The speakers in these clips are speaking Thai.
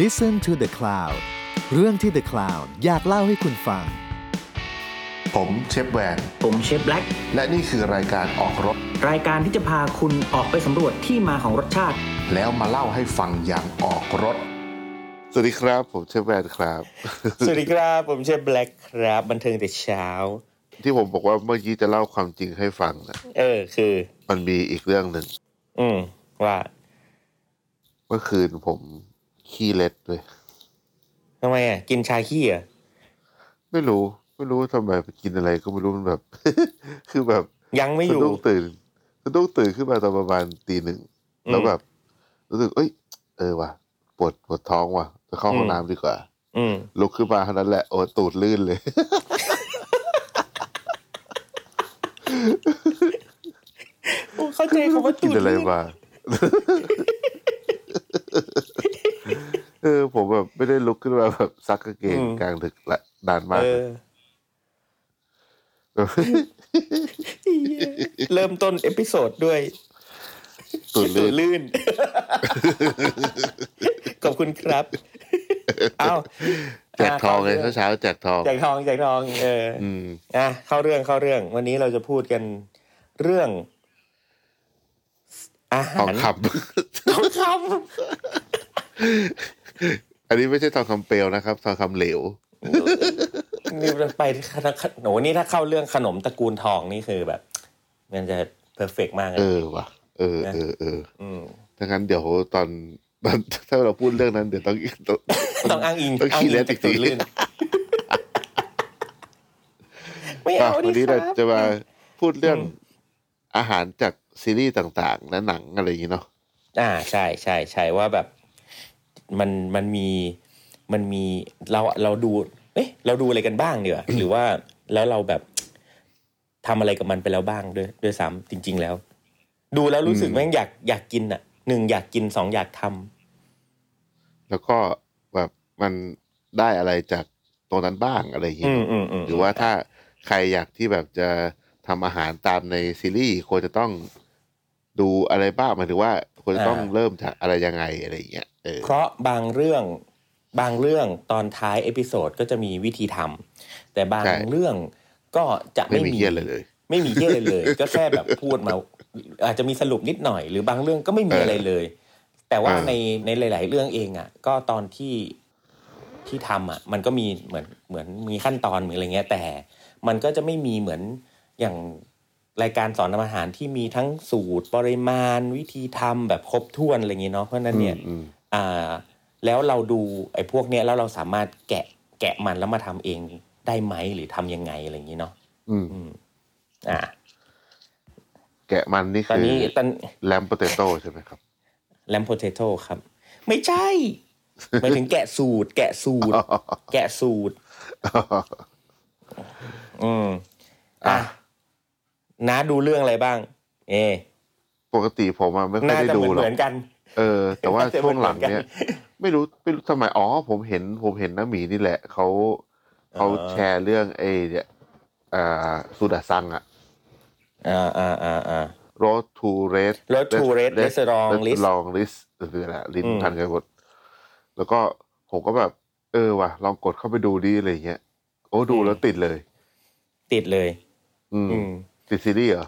Listen to the Cloud เรื่องที่ The Cloud อยากเล่าให้คุณฟัง ผมเชฟแวน ผมเชฟแบล็ก และนี่คือรายการออกรถ รายการที่จะพาคุณออกไปสำรวจที่มาของรสชาติ แล้วมาเล่าให้ฟังอย่างออกรถ สวัสดีครับ ผมเชฟแวนครับ สวัสดีครับ ผมเชฟแบล็กครับ บันเทิงแต่เช้า ที่ผมบอกว่าเมื่อกี้จะเล่าความจริงให้ฟังนะ เออคือ มันมีอีกเรื่องหนึ่ง อืม ว่า เมื่อคืนผมขี้เล็ดเลย ทำไมอ่ะ กินชาขี้เหรอ่ะ ไม่รู้ ไม่รู้ทำไมไปกินอะไรก็ไม่รู้มันแบบ คือแบบ ยังไม่ สะ อยู่ ดุ้งตื่นสะดุ้งตื่นขึ้นมาตอนประมาณตีหนึ่ง อืม แล้วแบบ รู้สึก เอ้ย เออว่ะปวดปวดท้องว่ะจะเข้าห้องน้ำดีกว่า อืม ลุกขึ้นมาเท่านั้นแหละโอ้ตูดลื่นเลย โอ้เข้าใจคำว่า กิ ตู น ด อะไร ลื่น มา เออ ผมแบบไม่ได้ลุกขึ้นมาแบบซักกางเกงกลางดึกละนานมาก เออเริ่มต้นเอพิโซดด้วย ตูด ตู ลื่ ด น ลื่น ขอบคุณครับ เอ้า แจกทองไง ะ เช้าๆแจกทอง แจกทองแจกทอง เอออ อืม อ่ะเข้าเรื่องเข้าเรื่อง วันนี้เราจะพูดกันเรื่อง อา ท หา อง ร ค ำ ทองคำ อันนี้ไม่ใช่ทองคำเปลวนะครับ ทองคำเหลว นี่ ไปหนูนี่ถ้าเข้าเรื่องขนมตระกูลทองนี่คือแบบ มันจะเพอร์เฟกมากเล เอย อว่ะ เออเออเออถ้างั้นเดี๋ยวตอน ตอนถ้าเราพูดเรื่องนั้นเดี๋ยวต้องต้อง ต้องอ้างอิง ต้อง อ้าง ขี้ อิง เละ จากตูด จริงๆ ลื่นไม่ อ่ะ เอา วัน ดิ นี้ ครั เรา บ จะมาพูดเรื่องอาหารจากซีรีส์ต่างๆ และหนังอะไรอย่างนี้เนาะ อ่าใช่ใช่ใช่ว่าแบบ มันมันมีมันมีเราเราดู เอ๊ะ เราดูอะไรกันบ้างดีกว่าหรือว่าแล้วเราแบบทำอะไรกับมันไปแล้วบ้างด้วยด้วยซ้ำจริง ๆ แล้ว ดูแล้วรู้สึกแม่งอยากอยากกินอ่ะหนึ่งอยากกินสองอยากทำ แล้วก็แบบมันได้อะไรจากตัวนั้นบ้างอะไรอย่าง อื นี้ ม เนอะ อืมอืม หรือว่าถ้าใครอยากที่แบบจะทำอาหารตามในซีรีส์ควรจะต้องดูอะไรบ้างหมายถึงว่าควรจะต้องเริ่มจากอะไรยังไงอะไรอย่างเงี้ยเออ เพราะบางเรื่องบางเรื่องตอนท้ายเอพิโซดก็จะมีวิธีทำแต่บางเรื่องก็จะ ไม่มีไม่มี เยี่ยอะไรเลย ไม่มีเหี้ยอะไรเลย ก็แค่แบบพูดมา อาจจะมีสรุปนิดหน่อย หรือบางเรื่องก็ไม่มีอะไรเลย แต่ว่า เออ ในในหลาย ๆ เรื่องเองอ่ะ ก็ตอนที่ที่ทำอ่ะ มันก็มีเหมือนเหมือนมีขั้นตอนมีอะไรเงี้ย แต่มันก็จะไม่มีเหมือนอย่างรายการสอนทำอาหารที่มีทั้งสูตรปริมาณวิธีทำแบบครบถ้วนอะไรเงี้ยเนาะเพราะฉะนั้นเนี่ย อืม อ่าแล้วเราดูไอ้พวกเนี้ยแล้วเราสามารถแกะแกะมันแล้วมาทำเองได้ไหมหรือทำยังไงอะไรอย่างนี้เนาะ อืม อ่า แกะมันนี่ ตอน คือ นี้ตอน แลมโปเตโต้ใช่ไหมครับ แลมโพเทโต้ครับ ไม่ใช่หมายถึงแกะสูตร แกะสูตร แกะสูตร อืมอ่ะน้าดูเรื่องอะไรบ้าง เอะ ปกติผมอะไม่ค่อย น่า ได้ จะ ดูหเหมือนรอก เหมือนกัน เออ แต่ว่า น่าจะ ช่วงหลังเนี่ย เหมือนกั ไม่รู้ไม่รู้ทำไมอ๋อผมเห็น ผมเห็นน้าหมีนี่แหละเขาเขาแชร์เรื่องไอ้เนี่ยอ่าสุดาซังอะ อ่าอ่าอ่าอ่า road to red Road to Red Restaurant List ลอง list คืออะไรอะลิ้น อืม พันกันหมดแล้วก็ผมก็แบบ เออว่ะ ลองกดเข้าไปดูดิอะไรอย่างเงี้ยโอ้ดูแล้วติดเลย ติดเลย อืม อืม ติดซีรีส์เหรอ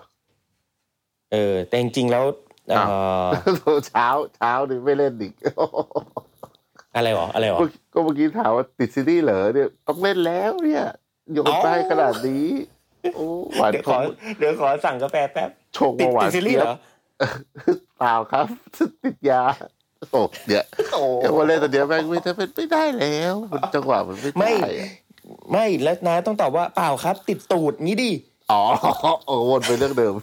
เออ แต่จริงๆแล้วเอ่ อ้าว อ เช้าเช้านี่ไม่เล่นอีก อะไรหรออะไรหรอ เมื่อกี้ก็เมื่อกี้ถามว่าติดซีรีส์เหรอเนี่ยต้องเล่นแล้วเนี่ยโยนไปให้ขนาดนี้โอ้หวาน เดี๋ยว ข ขอ อง เดี๋ยวขอสั่งกาแฟแป๊บ ชง ติด มาหวา ติ น ดซีรีส์เหรอ เปล่าครับ ติดยาโอ้เนี่ย โอ้ เดี๋ยวมาเล่นแต่เดี๋ยวแม่งไม่ได้เป็นไม่ได้แล้วมันจังหวะมันไม่ ไม่ ได้อะ ไม่แล้วนะต้องตอบว่าเปล่าครับ ติดตูดงี้ดิ อ๋อ โอ้วนไปเรื่องเดิม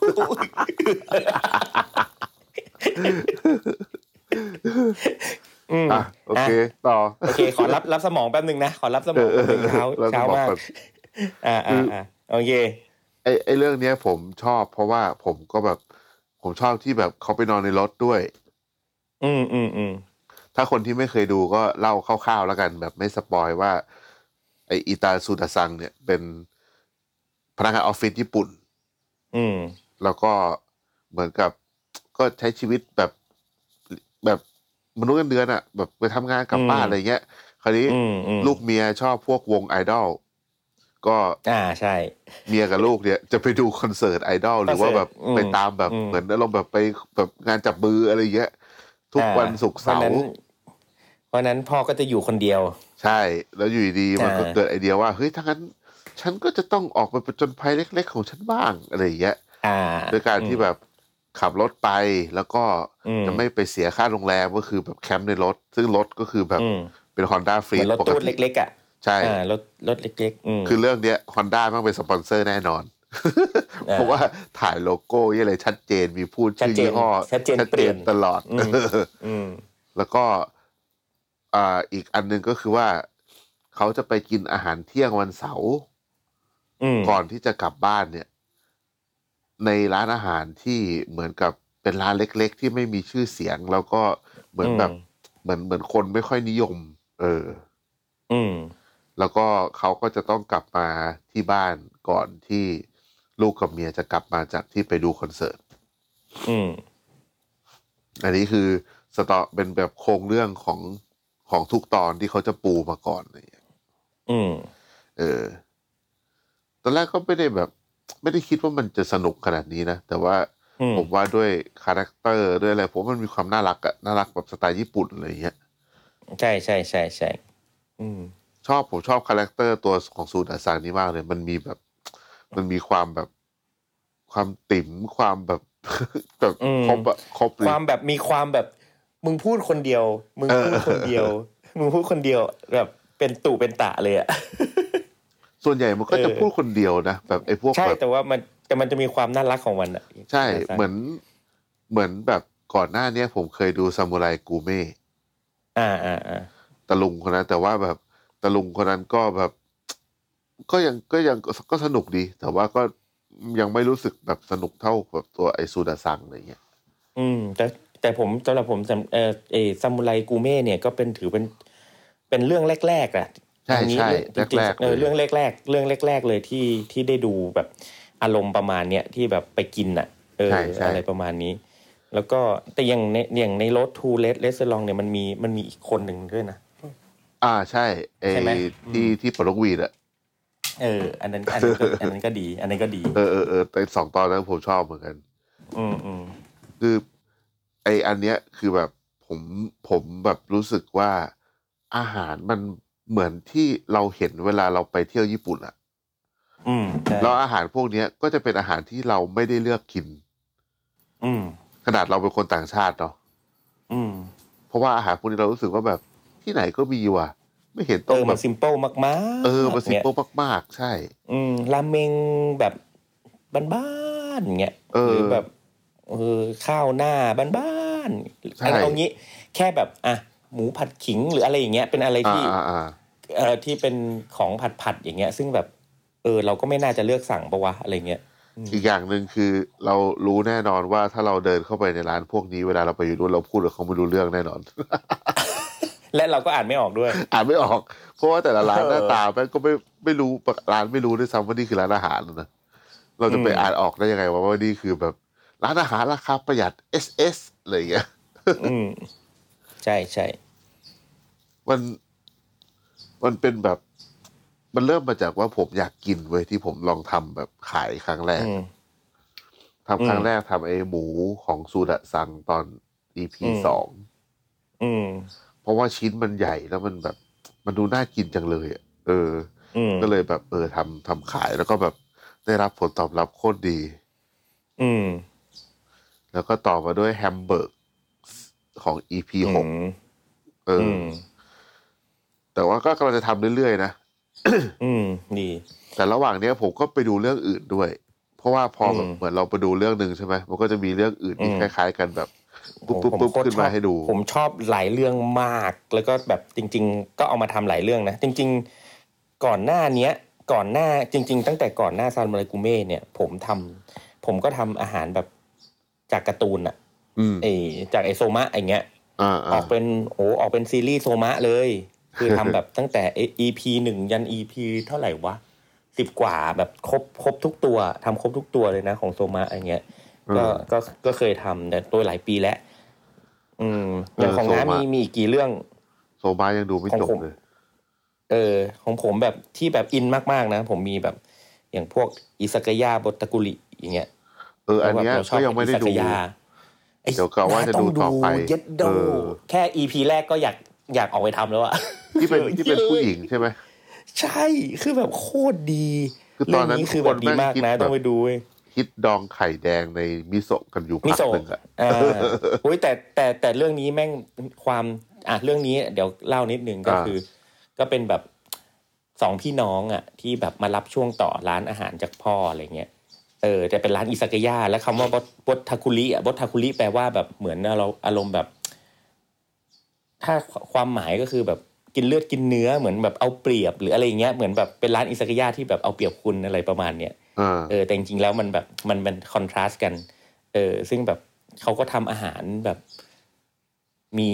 อืม อ่ะโอเค ต่อ โอเค ขอรับรับสมองแป๊บหนึ่งนะ ขอรับสมองแป๊บหนึงเช้า เออรับสมอเช้าง มาก ก่อน อ่าอ่าอ่าโอเค ไอ้ไอ้เรื่องเนี้ยผมชอบ เพราะว่าผมก็แบบ ผมชอบที่แบบเขาไปนอนในรถด้วย อืมอืมอืม ถ้าคนที่ไม่เคยดูก็เล่าคร่าวๆแล้วกัน แบบไม่สปอยว่า ไออิตาซูดาซังเนี่ยเป็นพนักงานออฟฟิศญี่ปุ่น อืม แล้วก็เหมือนกับ ก็ใช้ชีวิตแบบแบบ มนุษย์เงินเดือนอ่ะแบบไปทำงานกลับ อืม บ้านอะไรเงี้ย คราวนี้ อืมอืม ลูกเมียชอบพวกวงไอดอลก็ อ่าใช่ เมียกับลูกเนี่ยจะไปดูคอนเสิร์ตไอดอลหรือว่าแบบ อืม ไปตามแบบ อืม เหมือนอารมณ์แบบไปแบบงานจับมืออะไรเงี้ยทุก อ่า วันศุกร์เสา พะ ร์ นั้นเพราะนั้นพ่อก็จะอยู่คนเดียว ใช่ แล้วอยู่ดีๆมันก็ อ่า เกิดไอเดียว่าเฮ้ยถ้างั้น ฉันก็จะต้องออกไปประจนภัยเล็ก ๆ ของฉันบ้างอะไรอย่างเงี้ย อ่า ด้วยการที่แบบขับรถไปแล้วก็ อืม จะไม่ไปเสียค่าโรงแรมก็คือแบบแคมป์ในรถ ซึ่งรถก็คือแบบ อืม เป็น Honda f เห r e มือนรถ ปก ตู้ ติ เล็ก ๆ อ่ะ ใช่ อ่ารถรถเล็กๆอืม คือเรื่องเนี้ย Honda มันเป็นสปอนเซอร์แน่นอนเพอ่าราะว่าถ่ายโลโก้ยี่อะไรชัดเจนมีพูดชื่อยี่ห้อ ชัดเจนชัดเจนเปลี่ยน ตลอด อืม อืม แล้วก็อ่าอีกอันหนึงก็คือว่าเขาจะไปกินอาหารเที่ยงวันเสาร์ อืม ก่อนที่จะกลับบ้านเนี่ย ในร้านอาหารที่เหมือนกับเป็นร้านเล็ก ๆ ที่ไม่มีชื่อเสียง แล้วก็เหมือนแบบเหมือนเหมือนคนไม่ค่อยนิยม เออ อืม แล้วก็เขาก็จะต้องกลับมาที่บ้านก่อนที่ลูกกับเมียจะกลับมาจากที่ไปดูคอนเสิร์ต อืม อันนี้คือสตอเป็นแบบโครงเรื่องของของทุกตอนที่เขาจะปูมาก่อนอะไรอย่างเงี้ย อืม เออ ตอนแรกก็ไม่ได้แบบ ไม่ได้คิดว่ามันจะสนุกขนาดนี้นะ แต่ว่า อืม ผมว่าด้วยคาแรคเตอร์ด้วยอะไรผมว่ามันมีความน่ารักอะน่ารักแบบสไตล์ญี่ปุ่นอะไรอย่างเงี้ย ใช่ใช่ใช่ใช่อืม ชอบผมชอบคาแรคเตอร์ตัวของซูดาซังนี่มากเลย มันมีแบบ มันมีความแบบ ความติ๋มความแบบ แบบ อืม ครบอะครบเลยวคามแบบมีความแบบ มึงพูดคนเดียว มึงพูดคนเดียว มึงพูดคนเดียว แบบเป็นตู่เป็นตะเลยอ่ะ ส่วนใหญ่มันก็จะ เออ พูดคนเดียวนะแบบไอ้พวก ใช่ แบบ แต่ว่ามันแต่มันจะมีความน่ารักของมันอ่ะ ใช่ เหมือน เหมือนแบบก่อนหน้าเนี้ย ผมเคยดูซามูไรกูเม่ อ่าอ่าอ่า ตะลุงคนนั้นแต่ว่าแบบตะลุงคนนั้นก็แบบ ก็ยังก็ยังก็สนุกดี แต่ว่าก็ยังไม่รู้สึกแบบสนุกเท่าแบบตัวไอซูดาซังอะไรเงี้ย อืม แต่แต่ผมสำหรับผมสำเออเออซามูไรกูเม่เนี่ยก็เป็นถือเป็นเป็นเรื่องแรกๆอ่ะ ใช่ อันนี้ ใช่ จริง แรก ๆ ๆ เอ เล อย เรื่องแรกๆ เรื่องแรก ๆ เลยที่ที่ได้ดูแบบอารมณ์ประมาณเนี้ยที่แบบไปกินอ่ะ เออ ใช่ใช่ อะไรประมาณนี้ แล้วก็แต่อย่างในอย่างในรถทูเลสเลสลองเนี่ยมันมีมันมีอีกคนหนึ่งด้วยนะ อ่าใช่ไอ ใช่ไหม ที่ที่ปลดนกหวีดอะ เออ อันนั้นอันนั้นก็อันนั้นก็ดี อันนั้นก็ดี เออเออเออแต่สองตอนนั้นผมชอบเหมือนกัน อืมอืม คือ ไออันเนี้ยคือแบบผมผมแบบรู้สึกว่าอาหารมันเหมือนที่เราเห็นเวลาเราไปเที่ยวญี่ปุ่นอะ อืมใช่ แล้วอาหารพวกเนี้ยก็จะเป็นอาหารที่เราไม่ได้เลือกกิน อืม ขนาดเราเป็นคนต่างชาติเนาะ อืม เพราะว่าอาหารพวกนี้เรารู้สึกว่าแบบที่ไหนก็มีว่ะ ไม่เห็น เอ ต้อง อ แบ มัน บ ซิมเปิลมากๆ เออมันสิ นี่ย โปมากๆ ใช่ อืมราเมงแบบบ้านๆอย่างเงี้ย เออ หรือแบบเออข้าวหน้าบ้านๆ ใช่ อันเอางี้ แค่แบบอ่ะหมูผัดขิงหรืออะไรอย่างเงี้ยเป็นอะไร อ่า ที่ อ่าอ่า เออที่เป็นของผัดผัดๆอย่างเงี้ย ซึ่งแบบ เออ เราก็ไม่น่าจะเลือกสั่งปะวะอะไรเงี้ย อีกอย่างหนึ่งคือเรารู้แน่นอนว่าถ้าเราเดินเข้าไปในร้านพวกนี้เวลาเราไปอยู่นู้นเราพูดกับเขาไม่รู้เรื่องแน่นอน และเราก็อ่านไม่ออกด้วย อ่านไม่ออก เพราะว่าแต่ละร้าน เออ หน้าตาแม่งก็ไม่ไม่รู้ร้านไม่รู้ด้วยซ้ำว่านี่คือร้านอาหารนะเราจะไป อืม อ่านออกได้ยังไงว่าว่านี่คือแบบร้านอาหารราคาประหยัด S S อะไรอย่างเงี้ย อืมใช่ใช่ มันมันเป็นแบบ มันเริ่มมาจากว่าผมอยากกินเว้ยที่ผมลองทำแบบขายครั้งแรก อืม ทำครั้งอืม แรกทำไอ้หมูของซูดะซังตอน EP อืม สอง อืม เพราะว่าชิ้นมันใหญ่แล้วมันแบบ มันดูน่ากินจังเลยอะเออ อืม ก็เลยแบบ เออทำทำขายแล้วก็แบบได้รับผลตอบรับโคตรดี อืม แล้วก็ต่อมาด้วยแฮมเบอร์กของ EP หก อืม เออ อื อ ม แต่ว่าก็กำลังจะทำเรื่อยๆนะ อืมดี แต่ระหว่างเนี้ยผมก็ไปดูเรื่องอื่นด้วย เพราะว่าพอแบบเหมือนเราไปดูเรื่องหนึ่งใช่ไหมมันก็จะมีเรื่องอื่นที่คล้าย ๆ กันแบบปุ๊บปุ๊บ ผม ปุ๊บ โคตร ขึ้น ชอ มา บ ให้ดู ผมชอบหลายเรื่องมาก แล้วก็แบบจริง ๆ ก็เอามาทำหลายเรื่องนะ จริง ๆ ก่อนหน้าเนี้ย ก่อนหน้าจริง ๆ ตั้งแต่ก่อนหน้าซานมาริกุเม่เนี่ย ผมทำผมก็ทำอาหารแบบจากการ์ตูนอะ อืม เออจากไอโซมะอย่างเงี้ย อ่า อ อ่า อกเป็นโอ้ออกเป็นซีรีส์โซมะเลย คือทำ แบบ ตั้งแต่ EP หนึ่งยัน EP เท่าไหร่วะสิบกว่าแบบครบครบทุกตัวทำครบทุกตัวเลยนะของโซมะอะไรเงี้ย ก็ก็ก็เคยทำแต่ตัวหลายปีแล้ว อืมอย่างของน้า เออโซ มี มามี มีอีกกี่เรื่อง โซบายังดูไม่จบ ของผม เลย เออของผมแบบที่แบบอินมากๆนะ ผมมีแบบอย่างพวกอิสกายาบตะกุลิอย่างเงี้ย เออ อันเนี้ย เราช ก็ยังไม่ได้ อิ ดู สกายาไอ้ เดี๋ยวกะว่าจะดูต่อไป น่าต้งดูเย็ดโด เออ แค่อีพีแรกก็อยากอยากออกไปทำแล้วอะ ที่เป็นที่เป็นผู้หญิงใช่ไหม ใช่คือแบบโคตรดี คือตอนนั้น เรื่งคือแบบดีมาก คนแม่งคิด นะ แบบ ต้องไปดูเว้ย คิดดองไข่แดงในมิโซะกันอยู่ มิ พัก โซะ หนึ่งอะ อ่าโอ้ยแต่แต่แต่เรื่องนี้แม่งความอ่ะเรื่องนี้เดี๋ยวเล่านิดนึงก็ อ่า คือ ก็เป็นแบบสองพี่น้องอ่ะ ที่แบบมารับช่วงต่อร้านอาหารจากพ่ออะไรเงี้ยเออแต่เป็นร้านอิซากายะแล้วคำว่าบดบดทาคุริอ่ะบดทาคุริแปลว่าแบบเหมือนเราอารมณ์แบบ ถ้าความหมายก็คือแบบกินเลือดกินเนื้อเหมือนแบบเอาเปรียบหรืออะไรเงี้ยเหมือนแบบเป็นร้านอิซากายะที่แบบเอาเปรียบคุณอะไรประมาณเนี้ย เออ เออแต่จริงๆแล้วมันแบบมันเป็นคอนทราสต์กัน เออซึ่งแบบเขาก็ทำอาหารแบบ มี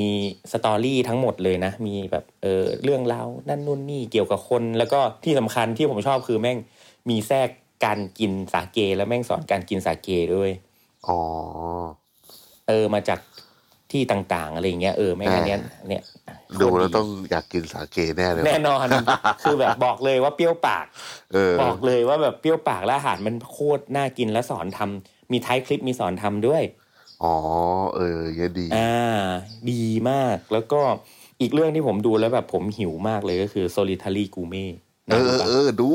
สตอรี่ทั้งหมดเลยนะ มีแบบเออเรื่องราวนั่นนู่นนี่เกี่ยวกับคน แล้วก็ที่สำคัญที่ผมชอบคือแม่งมีแทรกการกินสาเกแล้วแม่งสอนการกินสาเกด้วย อ๋อ เออมาจากที่ต่างๆ อะไรอย่างเงี้ยเออแม่งอันเนี้ยเนี่ยโคตร ดูแล้วต้องอยากกินสาเกแน่เลย แน่นอน คือแบบบอกเลยว่าเปรี้ยวปาก เออ บอกเลยว่าแบบเปรี้ยวปากและอาหารมันโคตรน่ากินและสอนทำมีท้ายคลิปมีสอนทำด้วย อ๋อ เออเยอะดี อ่า ดีมากแล้วก็อีกเรื่องที่ผมดูแล้วแบบผมหิวมากเลยก็คือ solitary gourmet เอ นะ อ เออ ดู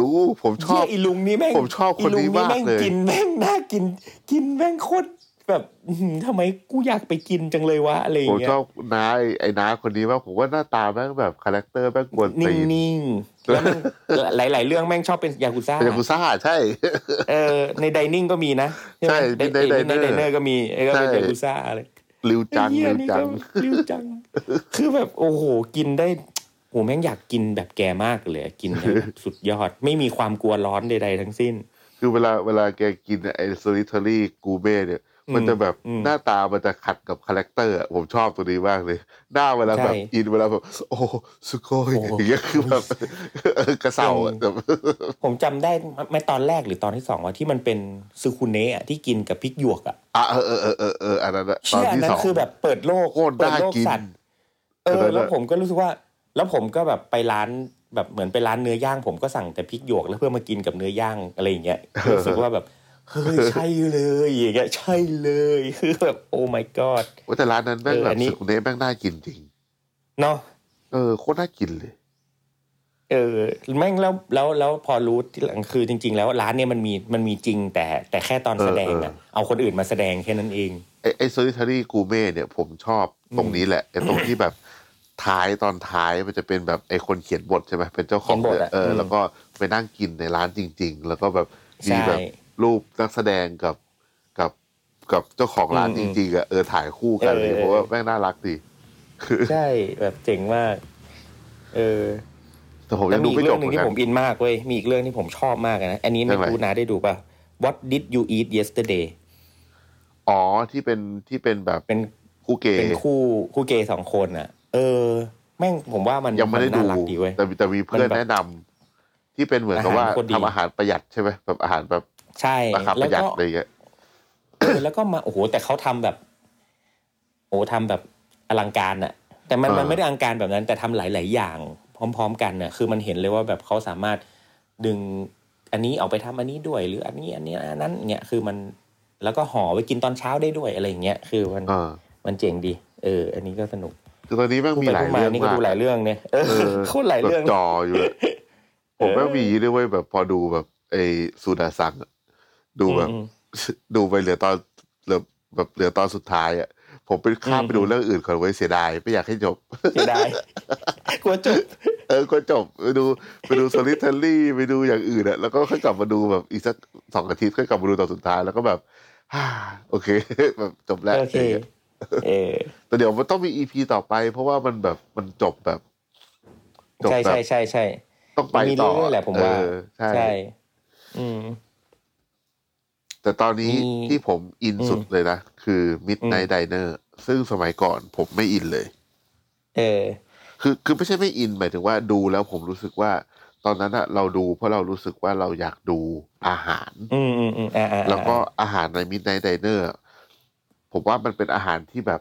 ดู ผมช ช อ อบบ ไอ้ลุงนี่แม่ง ผมชอบคนนี้ ไลุงแง มากเลย กินแม่งน่ากิน กินแม่งโคตรแบบอื้อหือทำไมกูอยากไปกินจังเลยวะอะไรผอย่าม งเงี้ ช ย อบน้าไอ้ไอ้น้าคนนี้มากผมว่าหน้าตาแม่งแบบคาแรคเตอร์แม่งกวนตีน นิ่งๆแล้วแม่งหลายๆ เรื่องแม่งชอบเป็นยากุซ่า เป็นยากุซ่าใช่ เออในดิเนิ่งก็มีนะไห ใช่มีใน ใน diner ดิเนอร์ก็มีไอ้ก็เป็ใช่นยากุซ่าอะไร ริวจัง ไอ้เหี้ย ริว นี่ จั ก็ ง ริวจัง คือแบบโอ้โห กินได้โหแม่งอยากกินแบบแกมากเลยอะกินได้แบบสุดยอด ไม่มีความกลัวร้อนใด ๆ ทั้งสิ้น คือเวลาเวลาแกกินไอ้สลิทอรี่กูเบ้เนี่ย มันจะแบบ อืม หน้าตามันจะขัดกับคาแรคเตอร์อะผมชอบตัวนี้มากเลย หน้าเวลาแบบ ใช่ อินเวลาแบบโอ้สุโกย โอ้โห อย่างเงี้ยคือแบบเออกระเซาอะแบบ ผมจำได้ไม่ตอนแรกหรือตอนที่สองว่าที่มันเป็นซูคุเนะอะที่กินกับพริกหยวกอ่ะ อ่ะเออเออเออเออเอออันนั้นอะตอ เชื่ น ออัน ที่ นั้ ส น อง คือแบบเปิดโลก โคตร เปิด น่า โลก กิน สัตว์เออ แล้วผมก็รู้สึกว่า แล้วผมก็แบบไปร้านแบบเหมือนไปร้านเนื้อย่าง ผมก็สั่งแต่พริกหยวกแล้วเพื่อมากินกับเนื้อย่างอะไรอย่างเงี้ยรู้สึกว่าแบบเฮ้ยใช่เลยอย่างเงี้ยใช่เลยคือแบบโอ้ my god โอ้แต่ร้านนั้นแม่ง เออ แบ อั บ นนี้ สุกเนะแม่งน่ากินจริง เนาะ เออโคตรน่ากินเลย เออแม่งแล้วแล้วแล้วพอรู้ที่หลังคือจริง ๆ แล้วร้านเนี่ยมันมีมันมีจริงแต่แต่แค่ตอน เออ แสดง เออ อะเอาคนอื่นมาแสดงแค่นั้นเอง ไอ้ไอ้โซลิทารี่กูเม่เนี่ยผมชอบตรงนี้แหละไอ้ตรงที่แบบท้ายตอนท้ายมันจะเป็นแบบไอ้คนเขียนบทใช่ไหมเป็นเจ้าของ เขียนบท เนี่ย อะ เอออ ม แล้วก็ไปนั่งกินในร้านจริง ๆ แล้วก็แบบมีแบบ ใช่ รูปนักแสดงกับกับกับเจ้าของร้าน อื จ ม ริงๆอ่ะเออถ่ายคู่กัน เออ เลย เออ เพราะว่าแม่งน่ารักดี ใช่แบบเจ๋งมาก เออ แต่ผม แล้ ยั ว ง มี ดูไม่จอีกเรื่อบ งห เห นึ่ มือนกังที่ผ น มอินมากเว้ยมีอีกเรื่องที่ผมชอบมากอะนะอันนี้ไม่ เรื่องอะไร รู้นะได้ดูป่ะ What did you eat yesterday อ๋อที่เป็นที่เป็นแบบ เป็น คู่เกย์ เป็นคู่คู่เกย์สองคนอ่ะ เออ แม่งผมว่ามัน ยังไม่ได้ น ดู น่ารักดีเว้ย แต่มีแต่มีเพื่อน มันแบบ แนะนำที่เป็นเหมือนกับว่า อาหารโคตรดี ทำอาหารประหยัดใช่ไหมแบบอาหารแบบ ใช่ ราคาป แล้ว ระหยัด ก็ อะไรอย่างเงี้ย เออแล้วก็มาโอ้โหแต่เขาทำแบบโอ้โหทำแบบอลังการอะแต่มัน อ่ามั มันไม่ได้อลังการแบบนั้น แต่ทำหลาย ๆ อย่าง พร้อม ๆ กันน่ะคือมันเห็นเลยว่าแบบเขาสามารถดึงอันนี้ออกไปทำอันนี้ด้วย หรืออันนี้อันนี้อันนั้นเนี่ยคือมันแล้วก็ห่อไว้กินตอนเช้าได้ด้วยอะไรอย่างเงี้ยคือมัน เออ มันเจ๋งดี เออ อันนี้ก็สนุก คือตอนนี้แม่ง พูด มี ไป หลาย พูดมา เรื่อง นี่ก็ มาก ดูหลายเรื่องเนี่ยเออ เออ โคตรหลายเรื่อง แบบจออยู่เลยผมแม่งมีอย่างนี้ด้วยเวยแบบพอดูแบบไอ้สุดาสังอะดูแบบ อืม ดูไปเหลือตอนเหลือแบบเหลือตอนสุดท้ายอ่ะผมไปข้าม อืม ไปดูเรื่องอื่นก่อนไว้ยเสียดายไม่อยากให้จบ เสียดายกลัวจบ เออก็จบไปดูไปดูโซลิทารี่ไปดูอย่างอื่นอ่ะแล้วก็ค่อยกลับมาดูแบบอีกสักสองอาทิตย์ค่อยกลับมาดูตอนสุดท้ายแล้วก็แบบ ฮ่าโอเค แบบจบแล้ว โอเค เออ แต่เดี๋ยวมันต้องมีอีพีต่อไป เพราะว่ามันแบบมันจบแบบจบ ใช่ แบ ใช่ บ ใช่ใช่ ต้องไป มันมี ต่อ เรื่อยๆแหละผมว่า เออใช่ อืม แต่ตอนนี้ มี ที่ผมอิน อืม สุดเลยนะ คือ อื Midnight ม Diner ซึ่งสมัยก่อนผมไม่อินเลย เออ คือคือไม่ใช่ไม่อิน หมายถึงว่าดูแล้วผมรู้สึกว่า ตอนนั้นอะเราดูเพราะเรารู้สึกว่าเราอยากดูอาหาร อืมอืมอืมอ่าอ่าอ่า แล้วก็อาหารใน Midnight Diner ผมว่ามันเป็นอาหารที่แบบ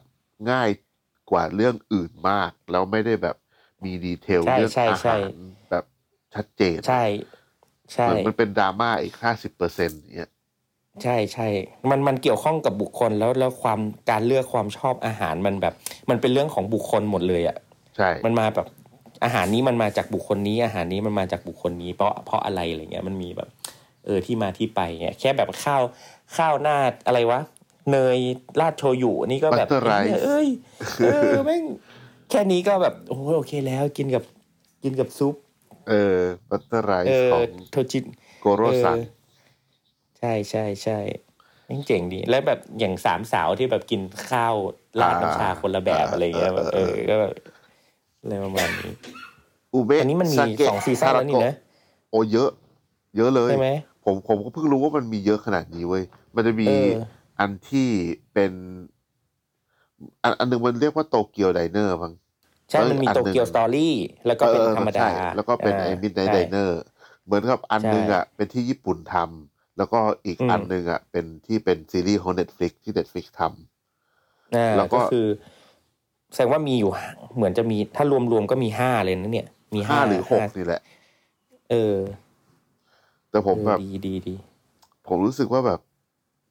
ง่ายกว่าเรื่องอื่นมาก แล้วไม่ได้แบบมีดีเทล ใช่ เรื่อง ใช่ อา ใช่ หารแบบชัดเจน ใช่ ใช่ เหมือนมันเป็นดราม่าอีกห้าสิบเปอร์เซ็นต์เนี่ย ใช่ใช่ มันมันเกี่ยวข้องกับบุคคลแล้วแล้วความการเลือกความชอบอาหารมันแบบ มันเป็นเรื่องของบุคคลหมดเลยอะ่ะ ใช่ มันมาแบบอาหารนี้มันมาจากบุคคลนี้ อาหารนี้มันมาจากบุคคลนี้ เพราะเพราะอะไรอะไรเงี้ยมันมีแบบ เออที่มาที่ไปเงี้ยแค่แบบข้าวข้าวหน้าอะไรวะ เนยราดโชยุนี่ก็ บัต แบบ เตอร์ไร เอ้ย ซ์ เอ้ยเออแม่งแค่นี้ก็แบบโอ้โหโอเคแล้วกินกับกินกับซุป เออบัตเตอร์ไร เอ ซ์ อ ของ โทจิ โกโรซัง เออใช่ใช่ใช่แม่งเจ๋งดี แล้วแบบอย่างสามสาวที่แบบกินข้าวราดน้ำชาคนละแบบ อ่า อะไรเงี้ยแบบ เอ เอ อ อก็แบบอะไรประมาณนี้ อูเบะ อันนี้มันมี ซาเกะ สองซีซั่นแล้วนี่นะ โอ้เยอะ เยอะเลย ใช่ไหม ผมผมก็เพิ่งรู้ว่ามันมีเยอะขนาดนี้เว้ย มันจะมี เออ อันที่เป็น อันอันหนึงมันเรียกว่าโตเกียวไดเนอร์มั้ง ใช่มันมี อันหนึ่ โต ง เกียวสตอรี่แล้วก็เป็น ออ ธรรมดา ใช่แล้วก็เป็น อ่า ไอ้มิดไนท์ ใช่ ไดเนอร์ เหมือนกับอันหนึงอ่ะ เป็นที่ญี่ปุ่นทำแล้วก็อีก อืม อันหนึงอ่ะ เป็นที่เป็นซีรีส์ของ Netflix ที่ Netflix ทำ อ่า แล้วก็ ก็คือ แสดงว่ามีอยู่ห้าเหมือนจะมีถ้ารวมรวมๆก็มีห้าเลยนะเนี่ย มี ห้าหรือหกนี่แหละ เออ แต่ผมแบบ ดีดีดี ผมรู้สึกว่าแบบ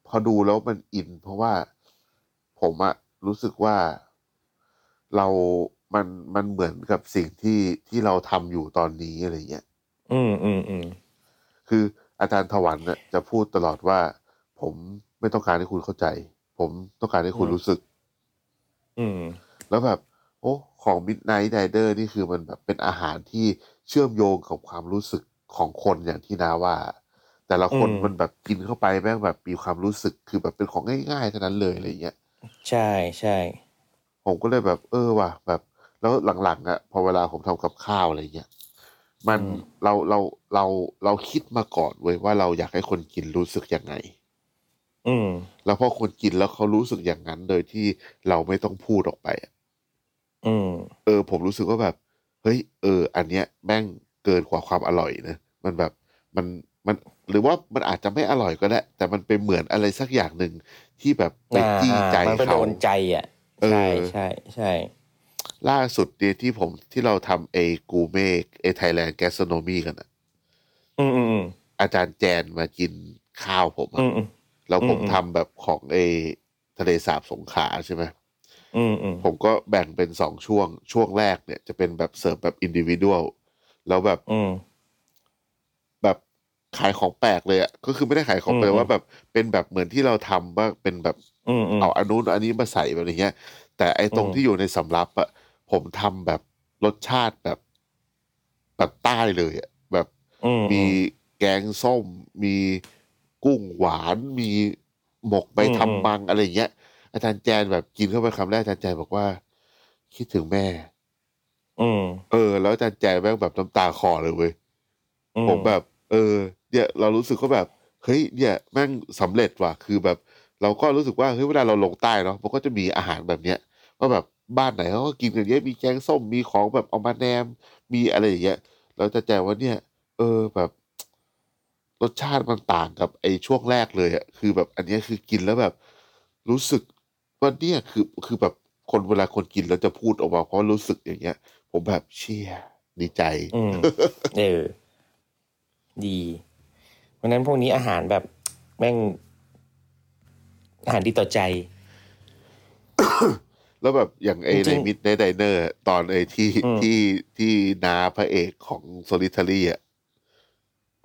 พอดูแล้วมันอิน เพราะว่าผมอะรู้สึกว่าเรา มันมันเหมือนกับสิ่งที่ที่เราทำอยู่ตอนนี้อะไรเงี้ย อืมอืมอืม คืออาจารย์ถวันน่ะจะพูดตลอดว่า ผมไม่ต้องการให้คุณเข้าใจ ผมต้องการให้คุณรู้สึก อืม แล้วแบบ โอ้ของ Midnight Rider นี่คือมันแบบเป็นอาหารที่เชื่อมโยงกับความรู้สึกของคนอย่างที่นาว่า แต่ละคน อืม มันแบบกินเข้าไปแม่งแบบมีความรู้สึกคือแบบเป็นของง่ายๆเท่านั้นเลยอะไรเงี้ย ใช่ใช่ ผมก็เลยแบบ เออว่ะแบบ แล้วหลังๆอะพอเวลาผมทำกับข้าวอะไรเงี้ยมัน อืม เราเราเราเราคิดมาก่อนเว้ยว่าเราอยากให้คนกินรู้สึกยังไง อืม แล้วพอคนกินแล้วเขารู้สึกอย่างนั้น โดยที่เราไม่ต้องพูดออกไปอะ อืม เออผมรู้สึกว่าแบบ เฮ้ยเออ อันเนี้ยแม่งเกินกว่าความอร่อยนะมันแบบมันมันหรือว่ามันอาจจะไม่อร่อยก็ได้ แต่มันเป็นเหมือนอะไรสักอย่างหนึ่งที่แบบไปจี้ใจ อ่มันไป เขา โดนใจอ่ะ เออ ใช่ใช่ใช่ ล่าสุดเนี่ยที่ผมที่เราทำเอกูเมกเอไทยแลนด์แกสโนมีกันอะ อืมอืมอืม อาจารย์แจนมากินข้าวผม อื อะ มอืม แล้วผม อืม ทำแบบของเอทะเลสาบสงขลาใช่ไหม อืมอืม ผมก็แบ่งเป็นสองช่วง ช่วงแรกเนี่ยจะเป็นแบบเสิร์ฟแบบอินดิวิวลแล้วแบบ อืม แบบขายของแปลกเลยอะก็คือไม่ได้ขายของแปลก อืม ว่าแบบเป็นแบบเหมือนที่เราทำว่าเป็นแบบ อืมอืม เอาอันนู้นเอาอันนี้มาใส่แบบอย่างเงี้ย แต่ไอ้ตรง อืม ที่อยู่ในสำรับอะผมทำแบบรสชาติแบบแบบใต้เลยอะแบบ อืม มีแกงส้ม มีกุ้งหวาน มีหมกใบ อืมอื ทำ ม มังอะไรอย่างเงี้ย อาจารย์แจนแบบกินเข้าไปคำแรกอาจารย์แจนบอกว่า คิดถึงแม่ อืม เออ แล้วอาจารย์แจนแม่งแบบน้ำตาคลอเลยเว้ย อื ผมแบบ เออเนี่ยเรารู้สึกว่าแบบเฮ้ยเนี่ยแม่งสำเร็จว่ะคือแบบ เราก็รู้สึกว่าเฮ้ยเวลาเราลงใต้เนาะมันก็จะมีอาหารแบบเนี้ยว่าแบบบ้านไหนเขาก็กินกันเยอะมีแกงส้มมีของแบบเอามาแนมมีอะไรอย่างเงี้ยเราจะแจกว่าเนี่ย เออแบบ รสชาติมันต่างกับไอ้ช่วงแรกเลยอะคือแบบอันเนี้ยคือกินแล้วแบบ รู้สึกว่าเนี่ยคือคือแบบคนเวลาคนกินแล้วจะพูดออกมาเพราะรู้สึกอย่างเงี้ย ผมแบบเชียดีใจ อืมเออ ดีเพราะฉะนั้นพวกนี้อาหารแบบแม่ง อาหารดีต่อใจ แล้วแบบอย่างไอ จ ใน ริงๆ มิดในไดเนอร์ ตอนไอที่ อืม ที่ที่นาพระเอกของโซลิทารี่อ่ะ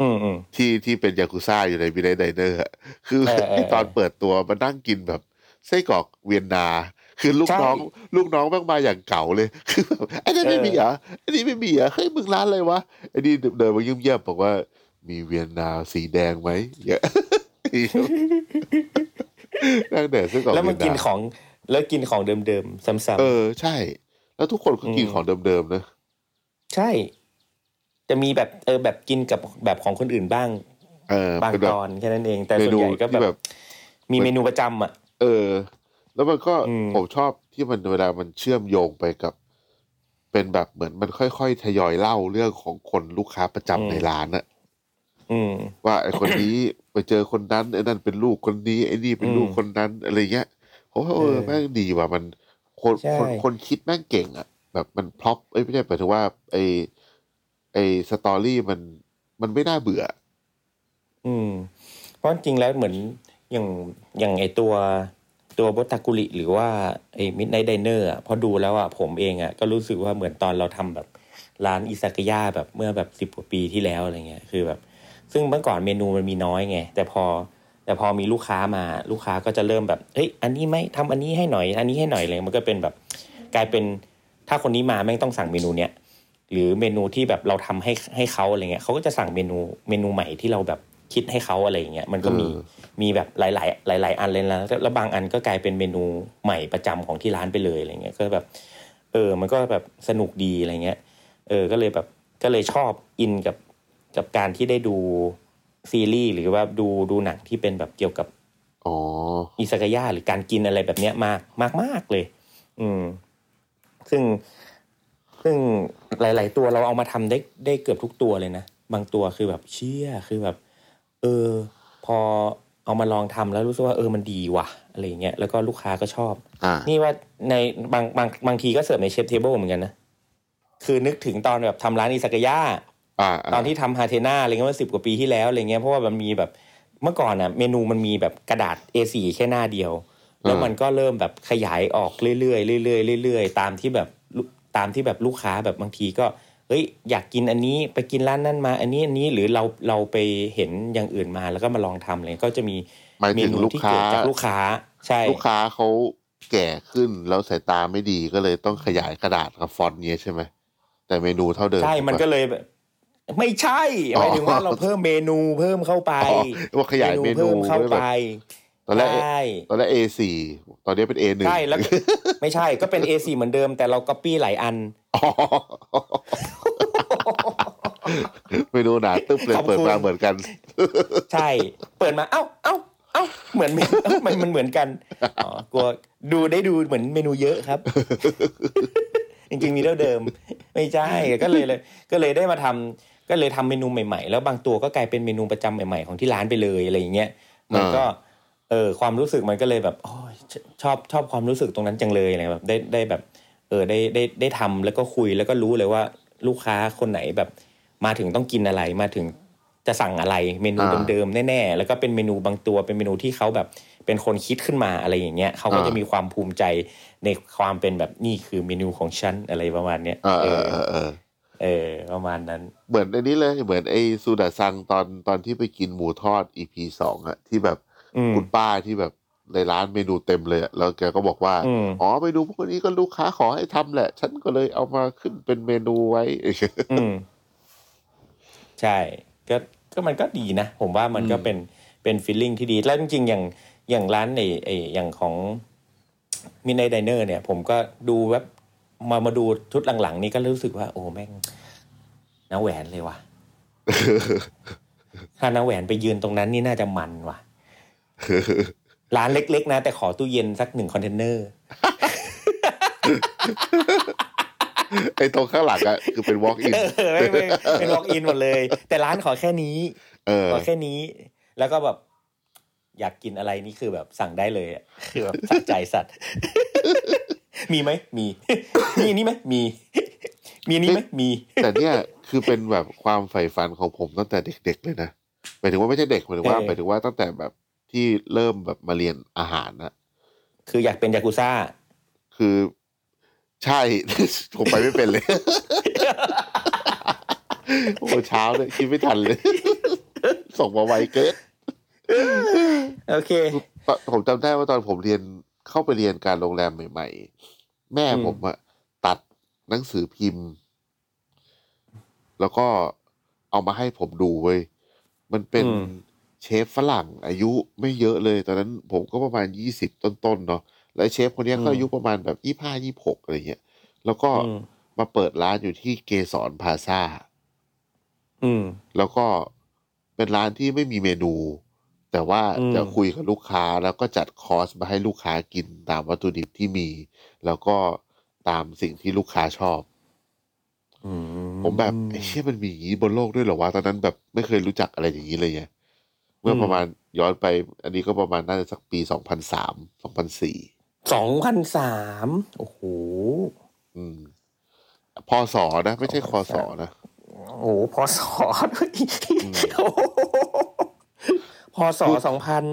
อืมอืม ที่ที่เป็นยากุซ่าอยู่ในมิดในไดเนอร์อะคือ เออเออ ไอตอนเปิดตัวมานั่งกินแบบไส้กรอกเวียนนา คือลูก ใช่ น้องลูกน้องแม่งมาอย่างเก่าเลย คือแบบไอ้นี่นไม่ เออ มีเหรอไอ้นี่ไม่มีเหรอเฮ้ยมึงร้านอะไรวะไอ้นี่เดินมาเยี่ยมๆบอกว่า มีเวียนนาสีแดงไหมเย อะ นั่งแดดไส้กรอก แล้วมัน เวียน กิน นา ของ แล้วกินของเดิมๆ ซ้ำ เออใช่ แล้วทุกคนก็กินของเดิมๆนะ ๆใช่ จะมีแบบเออแบบกินกับแบบของคนอื่นบ้าง เออบ าง เป็นแบ ต บ อนแค่นั้นเอง แต่ เม ส่วน นู ใหญ่ก็ ที่ แบ แบบ บ มีเมนูประจำอ่ะ เออ แล้วมันก็ อืม ผมชอบที่มันเวลามันเชื่อมโยงไปกับ เป็นแบบเหมือนมันค่อยๆทยอยเล่าเรื่องของคนลูกค้าประจำในร้านอะ อืม ว่าไอ้คนนี้ ไปเจอคนนั้นไอ้นั่นเป็นลูกคนนี้ไอ้นี่เป็นลูก อืม คนนั้นอะไรเงี้ยผมว่าเอ เอ อ อ แม่งดีว่ะมันโค คน ใช่ คนคนคิดแม่งเก่งอะแบบมันพล็อปเอ้ยไม่ใช่หมายถึงว่าไอไอสตอรี่มันมันไม่น่าเบื่อ อืมเพราะจริงๆแล้วเหมือนอย่างอย่างไอตัวตัวบตากุริหรือว่าไอมิดไนท์ไดเนอร์อ่ะพอดูแล้วอ่ะผมเองอ่ะก็รู้สึกว่าเหมือนตอนเราทำแบบร้านอิซากายะแบบเมื่อแบบสิบกว่าปีที่แล้วอะไรเงี้ยคือแบบ ซึ่งเมื่อก่อนเมนูมันมีน้อยไง แต่พอแต่พอมีลูกค้ามาลูกค้าก็จะเริ่มแบบเฮ้ยอันนี้ไหม่ทำอันนี้ให้หน่อย อันนี้ให้หน่อยเลยมันก็เป็นแบบกลายเป็นถ้าคนนี้มาแม่งต้องสั่งเมนูเนี้ย หรือเมนูที่แบบเราทำให้ให้เขาอะไรเงี้ยเขาก็จะสั่งเมนูเมนูใหม่ที่เราแบบคิดให้เขาอะไรอย่างเงี้ยมันก็มี เออ มีแบบหลาย ๆ หลาย ๆ อันเลยนะแล้วแล้วบางอันก็กลายเป็นเมนูใหม่ประจำของที่ร้านไปเลยอะไรเงี้ยก็แบบ เออ มันก็แบบสนุกดีอะไรเงี้ย เออ ก็เลยแบบก็เลยชอบอินกับกับการที่ได้ดูซีรีส์หรือว่าดูดูหนังที่เป็นแบบเกี่ยวกับ อ๋อ อิซากายะหรือการกินอะไรแบบเนี้ยมากมากมากเลย อืม ซึ่งซึ่งหลาย ๆ ตัวเราเอามาทำได้ได้เกือบทุกตัวเลยนะ บางตัวคือแบบเชี่ยคือแบบ เออ พอเอามาลองทำแล้วรู้สึกว่าเออมันดีว่ะอะไรเงี้ยแล้วก็ลูกค้าก็ชอบ อ่า นี่ว่าในบางบางบางทีก็เสิร์ฟในเชฟเทเบิลเหมือนกันนะ คือนึกถึงตอนแบบทำร้านอิซากายะ อ่า ตอนที่ทำฮาเทนาอะไรเงี้ยเมื่อสิบกว่าปีที่แล้วอะไรเงี้ยเพราะว่ามันมีแบบเมื่อก่อนอ่ะเมนูมันมีแบบกระดาษ A4 แค่หน้าเดียว แล้วมันก็เริ่มแบบขยายออกเรื่อยๆเรื่อยๆเรื่อยๆตามที่แบบลูตามที่แบบลูกค้าแบบบางทีก็เฮ้ยอยากกินอันนี้ไปกินร้านนั่นมา อันนี้อันนี้หรือเราเราไปเห็นอย่างอื่นมาแล้วก็มาลองทำอะไรเลยก็จะมี หมาย เม ถึง นู ลูก ที่ ค้า เกิดจากลูกค้าใช่ ลูกค้าเขาแก่ขึ้นแล้วสายตาไม่ดีก็เลยต้องขยายกระดาษกับฟอนต์เนี้ยใช่ไหมแต่เมนูเท่าเดิม ใช่ มันก็ ถูปะ เลยแบบไม่ใช่หมายถึงว่า อ๋อ เราเพิ่มเมนูเพิ่มเข้าไป อ๋อว่าขยายเมนู เพิ่มเข้า ด้วยแบบ ไป ตอนแรก ใช่ ตอนแรก A4 ตอนนี้เป็น A1 ใช่ แล้วก็ไม่ใช่ก็เป็น A4 เหมือนเดิม แต่เราก็ปี้หลายอัน อ๋ อเมนูหนาตึ๊บเลย ขอบคุณ เปิดมาเหมือนกัน ใช่ เปิดมาเอ้าเอ้าเอ้าเหมือนเม นูเอ้ามันมันเหมือนกันอ๋อกลัวดูได้ดูเหมือนเมนูเยอะครับ จริงๆมีเท่าเดิม ไม่ใช่ก็เลยเลย ก็เลยได้มาทำก็เลยทำเมนูใหม่ๆ แล้วบางตัวก็กลายเป็นเมนูประจำใหม่ๆของที่ร้านไปเลยอะไรอย่างเงี้ยมันก็ เออความรู้สึกมันก็เลยแบบโอ้ยชชอบชอบความรู้สึกตรงนั้นจังเลยอะไรแบบได้ได้แบบ เออได้ได้ได้ทำแล้วก็คุยแล้วก็รู้เลยว่าลูกค้าคนไหนแบบ มาถึงต้องกินอะไรมาถึงจะสั่งอะไรเมนู อ่า เดิมๆแน่ๆแล้วก็เป็นเมนูบางตัวเป็นเมนูที่เขาแบบเป็นคนคิดขึ้นมาอะไรอย่างเงี้ยเขาก็จะมีความภูมิใจในความเป็นแบบนี่คือเมนูของฉันอะไรประมาณเนี้ย เออเอเออ อเออเออ เออประมาณนั้น เหมือนอันนี้เลยเหมือนไอ้ซูดาซังตอนตอนที่ไปกินหมูทอด EP สองอะที่แบบ อืม คุณป้าที่แบบในร้านเมนูเต็มเลยอะแล้วแกก็บอกว่า อืม อ๋อเมนูพวกนี้ก็ลูกค้าขอให้ทำแหละ ฉันก็เลยเอามาขึ้นเป็นเมนูไว้ อืมใช่ก็ก็มันก็ดีนะ ผมว่ามันก็เป็นเป็นฟีลลิ่งที่ดี แล้วจริงๆอย่างอย่างร้านในไออย่างของมินไนไดเนอร์เนี่ย ผมก็ดูแบบมามาดูชุดหลังๆ นี้ก็รู้สึกว่า โอ้แม่งน้าแหวนเลยว่ะ ถ้าน้าแหวนไปยืนตรงนั้นนี่น่าจะมันว่ะ ร้านเล็กๆนะ แต่ขอตู้เย็นสักหนึ่งคอนเทนเนอร์ ไอ้ตรงข้างหลังอะคือเป็น walk in เออไม่ไม่เป็นล็อกอินหมดเลย แต่ร้านขอแค่นี้ เออ ขอแค่นี้แล้วก็แบบอยากกินอะไรนี่คือแบบสั่งได้เลยอะคือแบบสะใจสัตว์ มีไหมมี มีอันนี้ไหมมี มีอันนี้ไหมมี แต่เนี่ยคือเป็นแบบความใฝ่ฝันของผมตั้งแต่เด็ก ๆ เลยนะหมายถึงว่าไม่ใช่เด็กหมายถึงว่า เออ หมายถึงว่าตั้งแต่แบบที่เริ่มแบบมาเรียนอาหารนะ คืออยากเป็นยากุซ่า คือใช่ ผมไปไม่เป็นเลย โอ้เช้าเลยคิดไม่ทันเลย ส่งมาไวเกิน โอเค ตอนผมจำได้ว่าตอนผมเรียนเข้าไปเรียนการโรงแรมใหม่ ๆ แม่ อืม ผมอะตัดหนังสือพิมพ์ แล้วก็เอามาให้ผมดูเว้ย มันเป็น อืม เชฟฝรั่งอายุไม่เยอะเลย ตอนนั้นผมก็ประมาณยี่สิบต้นๆเนาะ และเชฟคนเนี้ยก็อายุประมาณแบบยี่ห้ายี่หกอะไรเงี้ย แล้วก็ อืม มาเปิดร้านอยู่ที่เกสรพลาซ่า อืม แล้วก็เป็นร้านที่ไม่มีเมนู แต่ว่า อืม จะคุยกับลูกค้าแล้วก็จัดคอร์สมาให้ลูกค้ากินตามวัตถุดิบที่มี แล้วก็ตามสิ่งที่ลูกค้าชอบ อื ผมแบบไอ้เชี่ยมันมีอย่างนี้บนโลกด้วยเหรอวะตอนนั้นแบบไม่เคยรู้จักอะไรอย่างนี้เลยไงเมื่อประมาณย้อนไป อันนี้ก็ประมาณน่าจะสักปีสองพันสามสองพันสี่ สองพันสามโอ้โห อืมพอสอนะ ไม่ใช่คอสอนะ โอ้โหพอสอด้วย โอ้โหพอสอสองพัน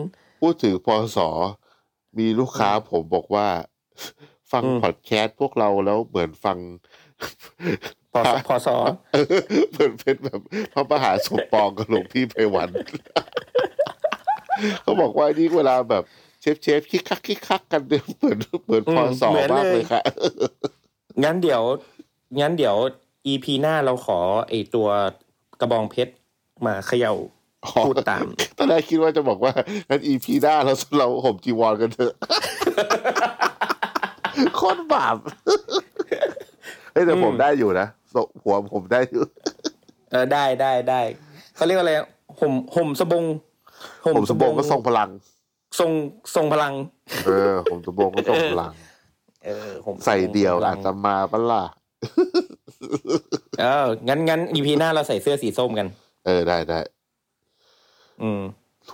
พูดถึงพอสอมีลูกค้าผมบอกว่า ฟัง อืม พอดแคสต์พวกเราแล้วเหมือนฟัง พอสอพอสอ เออ เหมือนเป็นแบบพระมหาสมปองกับหลวงพี่ไพวัน เขาบอกว่านี่เวลาแบบเชฟเชฟคิกคักคิกคักกันเนี่ยเหมือนเหมือน อืม พอสอ เหมือน มากเล เลย ย ค่ะ งั้นเดี๋ยว งั้นเดี๋ยว EP หน้าเราขอไอตัวกระบองเพชรมาเขย่า พูดตาม ตอนแรกคิดว่าจะบอกว่านั้นอีพีหน้าเราเราห่มจีวรกันเถอะ โคตรบาปเฮ้ยแต่ผมได้อยู่นะทรงหัวผมได้อยู่ เออได้ได้ได้เขาเรียกว่าอะไรห่มห่มสบง ผมสมบงก็ทรงพลัง ทรงทรงพลัง เออ ผมสมบงก็ทรงพลัง เออห่ม ใส่เดี่ยว ทรงพลั อาตมาปะล่ะ เอองั้นงั้น EP หน้าเราใส่เสื้อสีส้มกัน เออได้ได้ อืม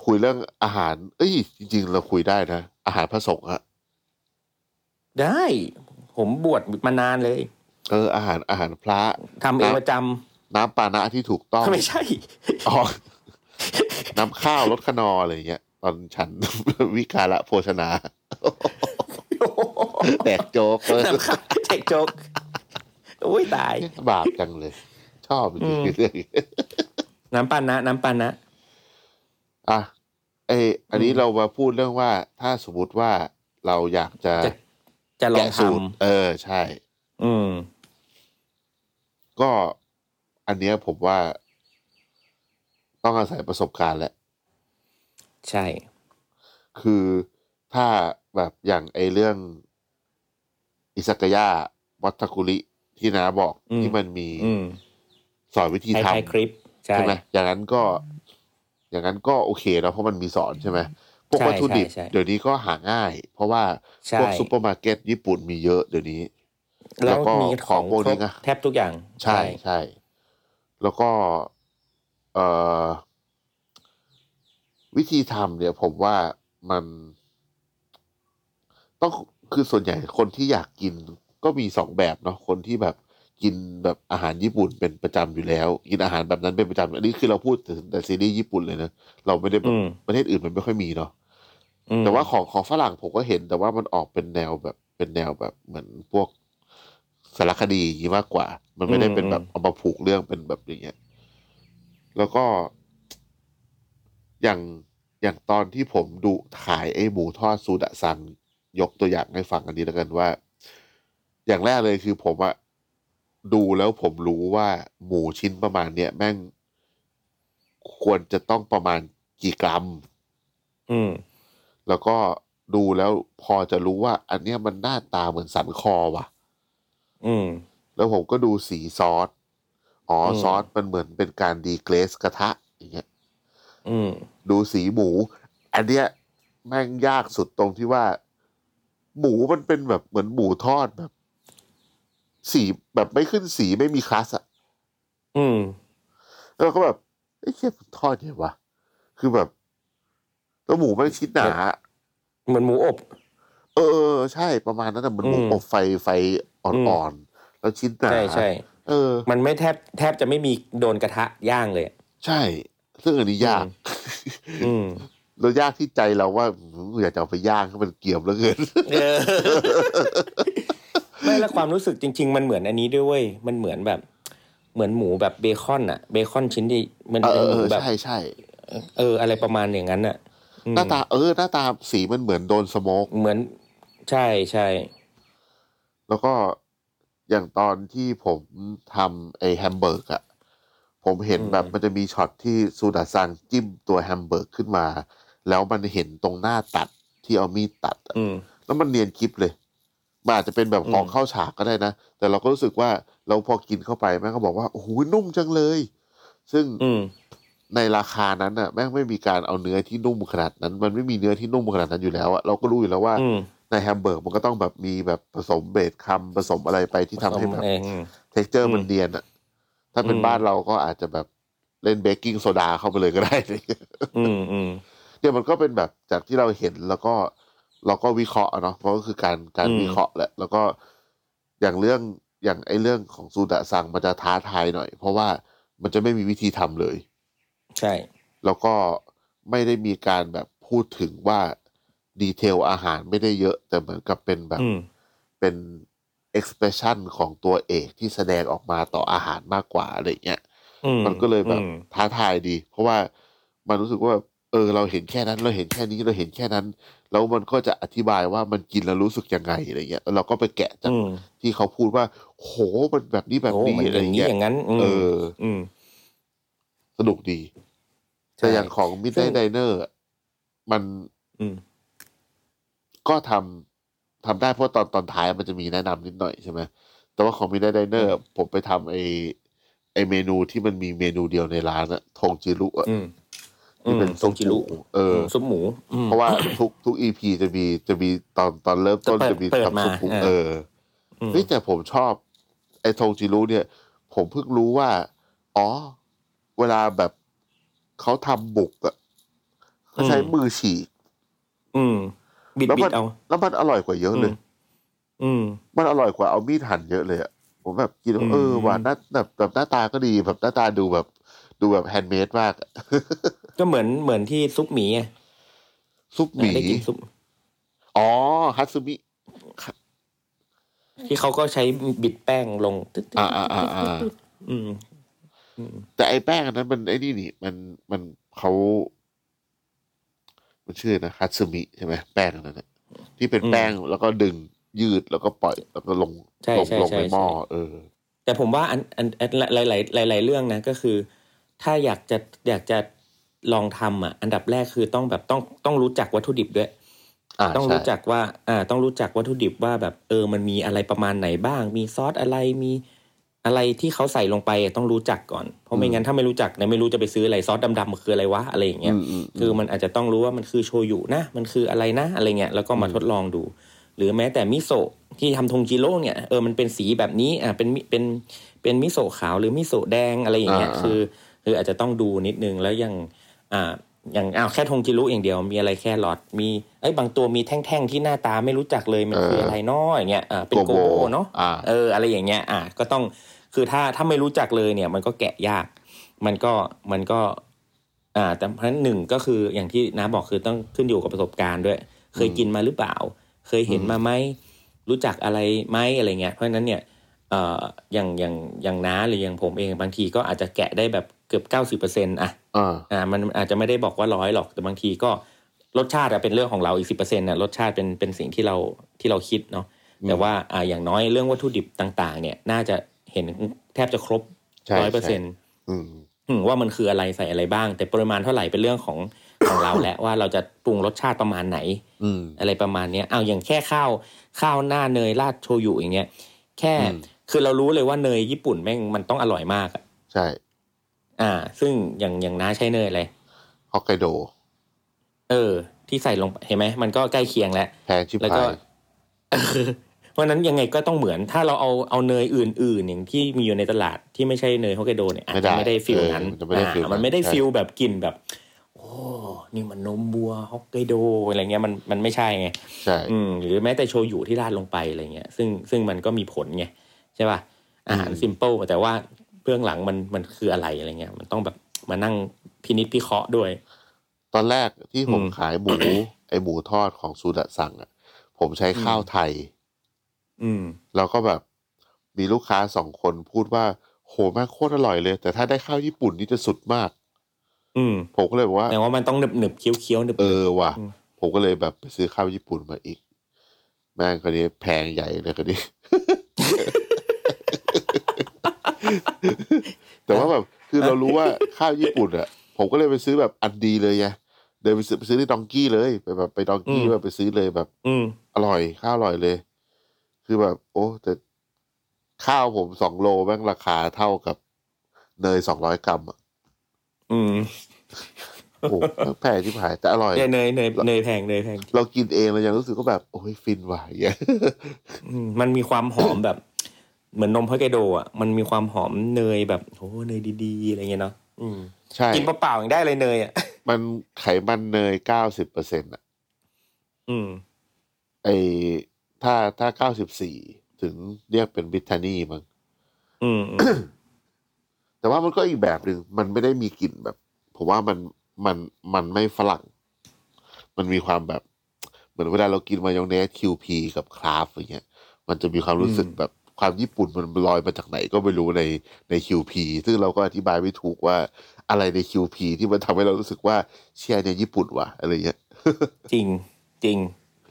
คุยเรื่องอาหาร เอ้ย จริง ๆ เราคุยได้นะ อาหารพระสงฆ์อะ ได้ ผมบวชมานานเลย เอออาหารอาหารพระ ทำเอง นะ ประจ น้ำปานะที่ถูกต้อง ำไม่ใช่ อ๋อ น้ำข้าวลดขนออะไรอย่างเงี้ย ตอนฉัน วิกาละโภชนา แตกโจ๊กเลย น้ำ ข้าวแจกโจกโอ้ยตาย บาปจังเลย ชอบจริง อืม ๆเรื่องนี้ น้ำปานะ น้ำปานะ อ่ะเอยอันนี้เรามาพูดเรื่องว่า ถ้าสมมติว่าเราอยากจะ จะจะลอง แกะสูตร ทำ เออ ใช่ อืม ก็อันเนี้ยผมว่า ต้องอาศัยประสบการณ์แหละ ใช่ คือถ้าแบบอย่างไอเรื่อง อิสกายาวัตตะคุริที่นาบอก อืม ที่มันมี อืม สอนวิธี ไท ทำ ยคลิป ใช่ ใช่ไหมอย่างนั้นก็ อย่างนั้นก็โอเคแล้วเพราะมันมีสอนใช่ไหมพวก ใช่ วัตถุดิบ ใช่ใช่ เดี๋ยวนี้ก็หาง่าย เพราะว่า ใช่ พวกซูเปอร์มาร์เก็ตญี่ปุ่นมีเยอะเดี๋ยวนี้ แล้ว แล้วก็ มีของ ของพวก คร นี้ บ นะ แทบทุกอย่าง ใช่ใช่ แล้วก็เอ่อวิธีทำเนี่ยผมว่ามันต้องคือส่วนใหญ่คนที่อยากกินก็มีสองแบบเนาะคนที่แบบกินแบบอาหารญี่ปุ่นเป็นประจำอยู่แล้ว กินอาหารแบบนั้นเป็นประจำอันนี้คือเราพูดถึงแต่ซีรีส์ญี่ปุ่นเลยนะเราไม่ได้แบบ อืม ประเทศอื่นมันไม่ค่อยมีเนาะ อืม แต่ว่าของของฝรั่งผมก็เห็น แต่ว่ามันออกเป็นแนวแบบเป็นแนวแบบเหมือนพวกสารคดีอย่างงี้มากกว่า มันไม่ได้เป็นแบบเอามาผูกเรื่องเป็นแบบอย่างเงี้ย แล้วก็อย่างอย่างตอนที่ผมดูขายไอ้หมูทอดซูดะซัง ยกตัวอย่างให้ฟังอันนี้แล้วกันว่า อย่างแรกเลยคือผมอะดูแล้วผมรู้ว่าหมูชิ้นประมาณเนี้ยแม่งควรจะต้องประมาณกี่กรัม อืม แล้วก็ดูแล้วพอจะรู้ว่า อันเนี้ยมันหน้าตาเหมือนสันคอว่ะ อืม แล้วผมก็ดูสีซอส อ๋ออ ม ซอสมันเหมือนเป็นการดีเกรสกระทะอย่างเงี้ย อืม ดูสีหมู อันเนี้ยแม่งยากสุดตรงที่ว่า หมูมันเป็นแบบเหมือนหมูทอดแบบ สีแบบไม่ขึ้นสีไม่มีคลาสอะ อืม แล้วเราก็แบบไอ้ยเชี่ยมันทอดยังไงวะ คือแบบแล้วหมูแม่งชิ้นหนา เหมือนหมูอบ เออ ใช่ประมาณนั้นแต่มันหมู อืม อบไฟไฟอ่อนๆ แล้วชิ้นหนา ใช่ใช่ เออ มันไม่แทบแทบจะไม่มีโดนกระทะย่างเลยอะ ใช่ ซึ่งอันนี้ยาก อืม อืม แล้วยากที่ใจเราว่าหืออยากจะเอาไปย่างให้มันเกรี่ยวแล้วเกิน เออไม่แล้วความรู้สึกจริง ๆ มันเหมือนอันนี้ด้วยเวยมันเหมือนแบบ เหมือนหมูแบบเบคอนอะเบคอนชิ้นที่มัน เอ เป็น อ ห เอ มู อ แบบ ใช่ใช่ เออ อะไรประมาณอย่างนั้นอะอืม หน้าตาเออ หน้าตาสีมันเหมือนโดนสโมก เหมือน ใช่ใช่ แล้วก็อย่างตอนที่ผมทำไอแฮมเบอร์กอะผมเห็นแบบมันจะมีช็อตที่ซูดาซังจิ้มตัวแฮมเบอร์กขึ้นมา แล้วมันเห็นตรงหน้าตัดที่เอามีดตัดอะ อืม แล้วมันเนียนกิฟเลย มันอาจจะเป็นแบบของ อืม เข้าฉากก็ได้นะ แต่เราก็รู้สึกว่าเราพอกินเข้าไปแม่งก็บอกว่า โอ้โหนุ่มจังเลย ซึ่ง อืม ในราคานั้นน่ะ แม่งไม่มีการเอาเนื้อที่นุ่มขนาดนั้น มันไม่มีเนื้อที่นุ่มขนาดนั้นอยู่แล้วอะเราก็รู้อยู่แล้วว่า อืม ในแฮมเบอร์กมันก็ต้องแบบมีแบบผสมเบสคำผสมอะไรไปที่ทำให้แบบ เอออืม เท็กเจอร์ อืม มันเนียนอะถ้าเป็น อืม บ้านเราก็อาจจะแบบเล่นเบกกิ้งโซดาเข้าไปเลยก็ได้ อืมอืม เนี่ยมันก็เป็นแบบจากที่เราเห็นแล้วก็ เราก็วิเคราะห์อะเนาะเพราะก็คือการการ อืม วิเคราะห์แหละ แล้วก็อย่างเรื่องอย่างไอ้เรื่องของซูดะสั่งมันจะท้าทายหน่อย เพราะว่ามันจะไม่มีวิธีทำเลย ใช่ แล้วก็ไม่ได้มีการแบบพูดถึงว่าดีเทลอาหารไม่ได้เยอะ แต่เหมือนกับเป็นแบบ อืม เป็น expression ของตัวเอกที่แสดงออกมาต่ออาหารมากกว่าอะไรอย่างเงี้ย อื มันก็เลยแบบ อืม ท้าทายดี เพราะว่ามันรู้สึกว่า เออ เราเห็นแค่นั้น เราเห็นแค่นี้เราเห็นแค่นั้น แล้วมันก็จะอธิบายว่ามันกินแล้วรู้สึกยังไงอะไรเงี้ยแล้วเราก็ไปแกะจาก อืม ที่เขาพูดว่า โหมันแบบนี้แบบ โอ้ นี้ มัน อะไร อย่างนี้ เงี้ย อย่างนั้นม เออ อืม สนุกดี ใช่ แต่อย่างของ ซึ่ Midnight ง Diner อะมัน อืม ก็ทำทำได้เพราะตอนตอนท้ายมันจะมีแนะนำนิดหน่อยใช่ไหมแต่ว่าของ Midnight Diner อะผมไปทำไอไอเมนูที่มันมีเมนูเดียวในร้านอะทงจิรุอะ อืม ที่เป็น อืม ซุ ซุ ป ป จิ จิ รุ รุ เอออื มซุปหมูอืม เพราะ ว่าทุกทุกอีพีจะมีจะมีตอนตอนเริ่มต้น จะ จะ เปิด มี เปิดมา ทำซุปปรุง เออ เออ อืม เฮ้ยแต่ผมชอบ ไอ้ทงจิรุเนี่ย ผมเพิ่งรู้ว่า อ๋อ เวลาแบบเขาทำบุกอะเขาใช้มือฉีก อืมบิด แล้ว บิ มั ดเอา แล้วมันอร่อยกว่าเยอะเลย ม อืม มันอร่อยกว่าเอามีดหั่นเยอะเลยอะผมแบบกินแล้ว อืม เออว่าหน้าแบบแบบหน้าตาก็ดีแบบหน้าตาดูแบบ ดูแบบแฮนด์เมดมากอะ ก็เหมือนเหมือนที่ซุปหมีไง ซุปหมี ได้กินซุป อ๋อฮัตสึมิ ที่เขาก็ใช้บิดแป้งลงตึ๊ดๆ อ่าอ่าอ่าอ่า อืม แต่ไอ้แป้งอันนั้นมันไอ้นี่นี่มันมันเขา มันชื่ออะไรนะฮัตสึมิใช่ไหมแป้งอันนั้นนะที่เป็น อืม แป้งแล้วก็ดึงยืดแล้วก็ปล่อยแล้วก็ลง ใช่ ลง ใช่ ลง ใช่ ในหม้อ ใช่ เออ แต่ผมว่าอันอันอันหลายหลายหลายหลายเรื่องนะก็คือ ถ้าอยากจะอยากจะลองทำอ่ะ อันดับแรกคือต้องแบบต้องต้องรู้จักวัตถุดิบด้วย อ่า ต้อง ใช่ รู้จักว่า อ่า ต้องรู้จักวัตถุดิบว่าแบบเออ มันมีอะไรประมาณไหนบ้าง มีซอสอะไร มีอะไรที่เขาใส่ลงไปอ่ะต้องรู้จักก่อน เพราะไม่งั้นถ้าไม่รู้จักเนี่ยไม่รู้จะไปซื้ออะไรซอสดำๆมันคืออะไรวะอะไรอย่างเงี้ย อืมอืมอืม คือมันอาจจะต้องรู้ว่ามันคือโชยุนะ มันคืออะไรนะ อะไรเงี้ย แล้วก็มา อืม ทดลองดู หรือแม้แต่มิโซะที่ทำทงจิโร่เนี่ย เออ มันเป็นสีแบบนี้ อ่าเป็นมิเป็น เป็นมิโซะขาวหรือมิโซะแดงอะไรอย่างเงี้ย อ่า คือ คืออาจจะต้องดูนิดนึง แล้วยัง อ่า อย่างอ้าวแค่ทงจิรุอย่างเดียว มีอะไรแค่หลอด มี เอ้ย บางตัวมีแท่งๆที่หน้าตาไม่รู้จักเลย มันคืออะไรน้ออย่างเงี้ย อ่า เป็นโกโบเนาะ อ่า เอออะไรอย่างเงี้ยอ่ะก็ต้องคือถ้าถ้าไม่รู้จักเลยเนี่ย มันก็แกะยาก มันก็มันก็ อ่า แต่เพราะฉะนั้นหนึ่งก็คืออย่างที่น้าบอกคือต้องขึ้นอยู่กับประสบการณ์ด้วย เคยกินมาหรือเปล่า เคยเห็นมาไหมรู้จักอะไรไหมอะไรเงี้ยเพราะฉะนั้นเนี่ยเอ่ออย่างอย่างอย่างน้าหรืออย่างผมเองบางทีก็อาจจะแกะได้แบบเกือบเก้าสิบเปอร์เซ็นต์อ่ะ อ่า อ่ามันอาจจะไม่ได้บอกว่าร้อยหรอกแต่บางทีก็รสชาติอะเป็นเรื่องของเราอีกสิบเปอร์เซ็นต์น่ะรสชาติเป็นเป็นสิ่งที่เราที่เราคิดเนาะ อืม แต่ว่าอ่าอย่างน้อยเรื่องวัตถุดิบต่าง ๆ เนี่ยน่าจะเห็นแทบจะครบ ใช่ ร้อย ใช่ เปอร์เซ็นต์ อืม ว่ามันคืออะไรใส่อะไรบ้าง แต่ปริมาณเท่าไหร่เป็นเรื่องของของเราแหละว่าเราจะปรุงรสชาติประมาณไหน อืม อะไรประมาณเนี้ยเอาวอย่างแค่ข้าวข้าวหน้าเนยราดโชยุอย่างเงี้ยแค่ อืม คือเรารู้เลยว่าเนยญี่ปุ่นแม่งมันต้องอร่อยมากอะ ใช่ อ่า ซึ่งอย่างอย่างน้าใช้เนยอะไร ฮอกไกโด เออ ที่ใส่ลงไปเห็นไหมมันก็ใกล้เคียงแล้ว แพงชิบ แล้ว หา ก็ ย เพราะฉะนั้นยังไงก็ต้องเหมือนถ้าเราเอาเอาเนยอื่น ๆ อย่างที่มีอยู่ในตลาดที่ไม่ใช่เนยฮอกไกโดเนี่ยอาจจะ ไม่ ไม่ ได้ ได้ฟิลนั้น เออมันจะไม่ได้ฟิลนั้น อ่ามันไม่ได้ฟิลแบบกลิ่นแบบ โอ้นี่มันนมบัวฮอกไกโดอะไรเงี้ยมันมันไม่ใช่ไง ใช่ อืมหรือแม้แต่โชยุที่ราดลงไปอะไรเงี้ยซึ่งซึ่งมันก็มีผลไงใช่ป่ะอาหาร อืม ซิมเปิลแต่ว่าเบื้องหลังมันมันคืออะไรอะไรเงี้ยมันต้องแบบมานั่งพินิจพิเคราะห์ด้วย ตอนแรกที่ผม อืม ขายหมู ไอหมูทอดของซูดะสั่งอ่ะ ผมใช้ข้าวไทย อืม เราก็แบบมีลูกค้าสองคนพูดว่า โหแม่งโคตรอร่อยเลย แต่ถ้าได้ข้าวญี่ปุ่นนี่จะสุดมาก อืม ผมก็เลยบอกว่า แต่ว่ามันต้องหนึบหนึบๆเคี้ยวเคี้ยวๆหนึบๆ เออว่ะ อืม ผมก็เลยแบบไปซื้อข้าวญี่ปุ่นมาอีก แม่งคนนี้แพงใหญ่เลยคนนี้ แต่ว่าแบบคือเรารู้ว่าข้าวญี่ปุ่นอะผมก็เลยไปซื้อแบบอันดีเลยไงเดินไปซื้อไปซื้อที่ดองกี้เลยไปแบบไปดองกี้แบบไปซื้อเลยแบบ อืม อร่อยข้าวอร่อยเลย คือแบบ โอ้แต่ข้าวผมสองโลแม่งราคาเท่ากับเนยสองร้อยกรัมอะ อืม โอ้แม่งแพงที่หายแต่อร่อย เนยเนยเนยเนยแพงเนยแพง เรากินเองเรายังรู้สึกก็แบบ โอ้ยฟินว่ะอย่างเงี้ย อืมมันมีความหอมแบบ เหมือนนมฮอกไกโดอ่ะมันมีความหอมเนยแบบโอ้เนยดีๆอะไรเงี้ยเนาะอืม ใช่ กินเปล่าๆยังได้เลยเนยอ่ะ มันไขมันเนยเก้าสิบเปอร์เซ็นต์อ่ะ อืม ไอ้ถ้าถ้าเก้าสิบสี่ถึงเรียกเป็นบิทานีมั้ง อืมอืม แต่ว่ามันก็อีกแบบหนึ่งมันไม่ได้มีกลิ่นแบบ ผมว่ามันมันมันไม่ฝรั่ง มันมีความแบบ เหมือนเวลาเรากินมายองเนสคิวพีกับคราฟอย่างเงี้ย มันจะมีความรู้สึกแบบความญี่ปุ่นมันลอยมาจากไหนก็ไม่รู้ในในคิวพีซึ่งเราก็อธิบายไม่ถูกว่าอะไรในคิวพีที่มันทำให้เรารู้สึกว่าเชียร์ในยญี่ปุ่นว่ะอะไรเงี้ย จริงจริง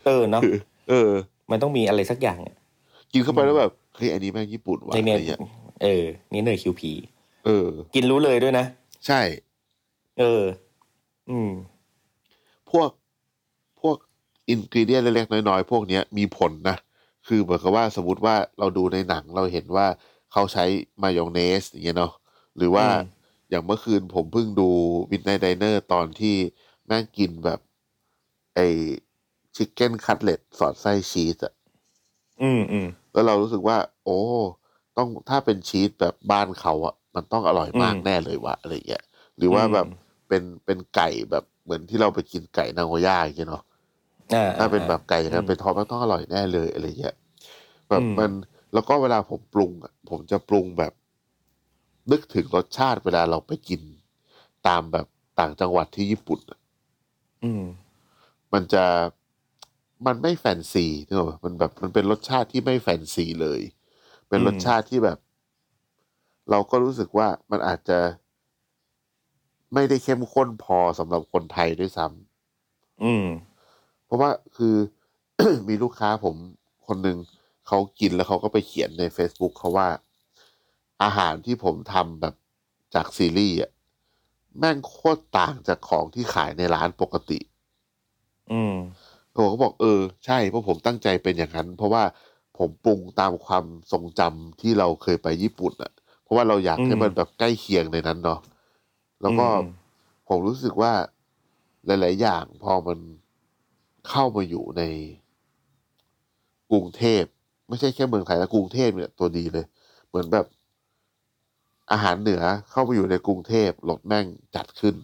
เออ เนาะ เออ มันต้องมีอะไรสักอย่างอะ กินเข้าไปแล้วแบบเฮ้ยอันนี้แม่งญี่ปุ่นว่ะ ใน อะไร เนย เงี้ย เออนี่เนยคิวพี เออ กินรู้เลยด้วยนะ ใช่ เออ อืม พวกพวกอินกิเดียนเล็กๆน้อยๆ พวกเนี้ยมีผลนะ คือเหมือนกับว่าสมมติว่าเราดูในหนังเราเห็นว่าเขาใช้มายองเนสอย่างเงี้ยเนาะหรือว่า อืม อย่างเมื่อคืนผมเพิ่งดูวินไนไดเนอร์ตอนที่แม่งกินแบบ ไอชิคเก้นคัตเลตสอดไส้ชีสอะ อืมอืม แล้วเรารู้สึกว่า โอ้ ต้องถ้าเป็นชีสแบบบ้านเขาอะมันต้องอร่อยมาก อืม แน่เลยวะอะไรเงี้ยหรือว่าแบบ อืม เป็นเป็นไก่แบบเหมือนที่เราไปกินไก่นางโฮย่าอย่างเงี้ยเนาะ อ่า ถ้าเป็นแบบไก่อย่างนั้นเป็นทอดมันต้องอร่อยแน่เลยอะไรเงี้ยแบบ อืม มันแล้วก็เวลาผมปรุงอะผมจะปรุงแบบ นึกถึงรสชาติเวลาเราไปกิน ตามแบบต่างจังหวัดที่ญี่ปุ่นอะ อืม มันจะมันไม่แฟนซีนึกออกปะมันแบบมันเป็นรสชาติที่ไม่แฟนซีเลย เป็น อืม รสชาติที่แบบ เราก็รู้สึกว่ามันอาจจะไม่ได้เข้มข้นพอสำหรับคนไทยด้วยซ้ำ อืม เพราะว่าคือ มีลูกค้าผมคนหนึ่งเขากินแล้วเขาก็ไปเขียนใน Facebook เขาว่า อาหารที่ผมทำแบบจากซีรีส์อะแม่งโคตรต่างจากของที่ขายในร้านปกติ อืม ผมก็บอกเออใช่เพราะผมตั้งใจเป็นอย่างนั้น เพราะว่าผมปรุงตามความทรงจำที่เราเคยไปญี่ปุ่นอะเพราะว่าเราอยากให้มันแบบใกล้เคียงในนั้นเนาะแล้วก็ อืม ผมรู้สึกว่าหลาย ๆ อย่างพอมันเข้ามาอยู่ในกรุงเทพ ไม่ใช่แค่เมืองไทยนะกรุงเทพเนี่ยตัวดีเลย เหมือนแบบอาหารเหนือเข้ามาอยู่ในกรุงเทพรสแม่งจัดขึ้น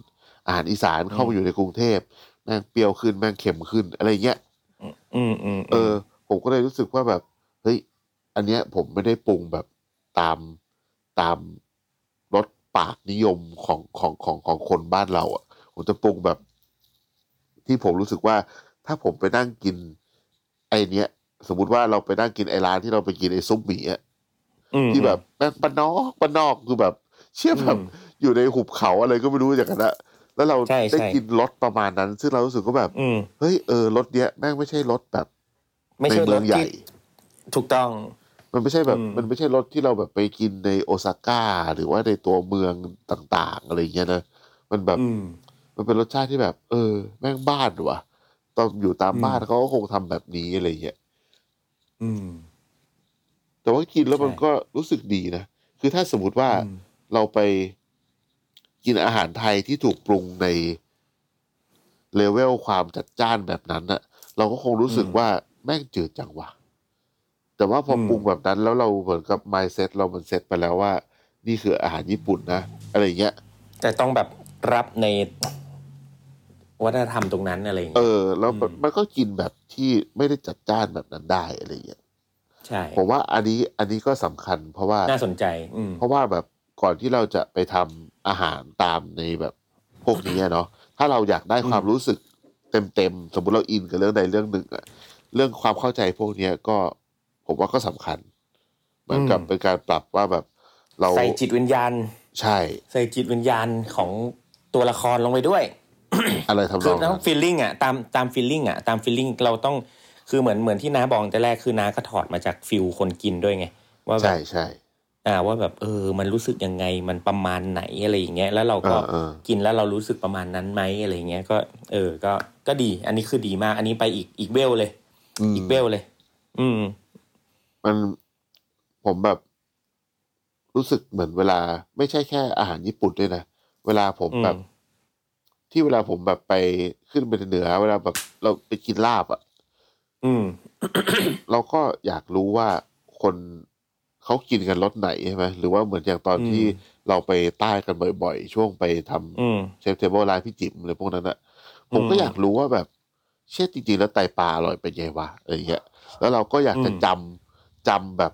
อาหารอีสานเข้ามาอยู่ในกรุงเทพแม่งเปรี้ยวขึ้นแม่งเค็มขึ้น อะไรเงี้ย อืมอืม เออผมก็เลยรู้สึกว่าแบบเฮ้ยอันเนี้ยผมไม่ได้ปรุงแบบตามตามรสปากนิยมของของของของคนบ้านเราอ่ะ ผมจะปรุงแบบ ที่ผมรู้สึกว่า ถ้าผมไปนั่งกิน ไอเนี้ย สมมติว่าเราไปนั่งกินไอร้านที่เราไปกินไอซุปหมี่อะ อืม ที่แบบแม่งบ้านนอกบ้านนอกคือแบบ เชื่อแบบ อืม อยู่ในหุบเขาอะไรก็ไม่รู้อย่างนั้นอะแล้วเรา ใช่ ได้ ใช่ กินรสประมาณนั้น ซึ่งเรารู้สึกว่าแบบ อืม เฮ้ยเออรสเนี้ยแม่งไม่ใช่รสแบบ ไม่ ใน ใช่ เมื ร อง ถ ใหญ่ ที่ถูกต้อง มันไม่ใช่แบบ อืม มันไม่ใช่รถที่เราแบบไปกินในโอซาก้า หรือว่าในตัวเมืองต่างๆ อะไรอย่างเงี้ยนะ มันแบบ อืม มันเป็นรสชาติที่แบบ เออ แม่งบ้านว่ะ ตอนอยู่ตาม อืม บ้านเขาก็คงทำแบบนี้อะไรอย่างเงี้ย อืม แต่ว่ากินแล้วมัน ใช่ ก็รู้สึกดีนะ คือถ้าสมมติว่า อืม เราไปกินอาหารไทยที่ถูกปรุงในเลเวลความจัดจ้านแบบนั้นน่ะ เราก็คงรู้สึก อืม ว่าแม่งจืดจังวะแต่ว่าพออ ม ปรุงแบบนั้น แล้วเราเหมือนกับ mindset เรามันเซ็ตไปแล้วว่า นี่คืออาหารญี่ปุ่นนะ อะไรอย่างเงี้ย แต่ต้องแบบรับในวัฒนธรรมตรงนั้นอะไรอย่าง เอ เงี้ย อ แล้ว อืม มันก็กินแบบที่ไม่ได้จัดจ้านแบบนั้นได้อะไรอย่างเงี้ย ใช่ ผมว่าอันนี้อันนี้ก็สำคัญ เพราะว่า น่าสนใจ อืม เพราะว่าแบบก่อนที่เราจะไปทำอาหารตามในแบบพวกนี้อะเนาะถ้าเราอยากได้ความรู้สึกเต็มๆ สมมุติเราอินกับเรื่องใดเรื่องหนึ่งอะเรื่องความเข้าใจพวกเนี้ยก็ผมว่าก็สำคัญ เหมือนกับ อืม เป็นการปรับว่าแบบเรา ใส่จิตวิญญาณ ใช่ ใส่จิตวิญญาณของตัวละครลงไป ด้วย อะไรทำน คือ อง ต้ นั้ อง น ฟีลลิ่งอ่ะตามตามฟีลลิ่งอ่ะตามฟีลลิ่งเราต้องคือเหมือนเหมือนที่น้าบอกแต่แรกคือน้าก็ถอดมาจากฟิลคนกินด้วยไง ว่าแบ ใช่ บ ใช่ อ่าว่าแบบเออ มันรู้สึกยังไงมันประมาณไหนอะไรอย่างเงี้ยแล้วเรา เอ ก็ อเออ กินแล้วเรารู้สึกประมาณนั้นไหมอะไรเงี้ยก็เออ ก็ก็ดี อันนี้คือดีมาก อันนี้ไปอีกอีกเวลเลย อืม อีกเวลเลย อืม มันผมแบบ รู้สึกเหมือนเวลา ไม่ใช่แค่อาหารญี่ปุ่นด้วยนะ เวลาผม อืม แบบ ที่เวลาผมแบบไปขึ้นไปเหนือ เวลาแบบเราไปกินลาบอ่ะ อืม เราก็อยากรู้ว่าคนเขากินกันรสไหนใช่ไหมหรือว่าเหมือนอย่างตอน อืม ที่เราไปใต้กันบ่อยๆ ช่วงไปทำ อืม เชฟเทเบิลไลน์พี่จิ๋มอะไรพวกนั้นอะผมก็ อืม อยากรู้ว่าแบบ เชี่ยจริงๆแล้วไตปลาอร่อยเป็นไงวะอะไรเงี้ยแล้วเราก็อยากจะจำจำแบบ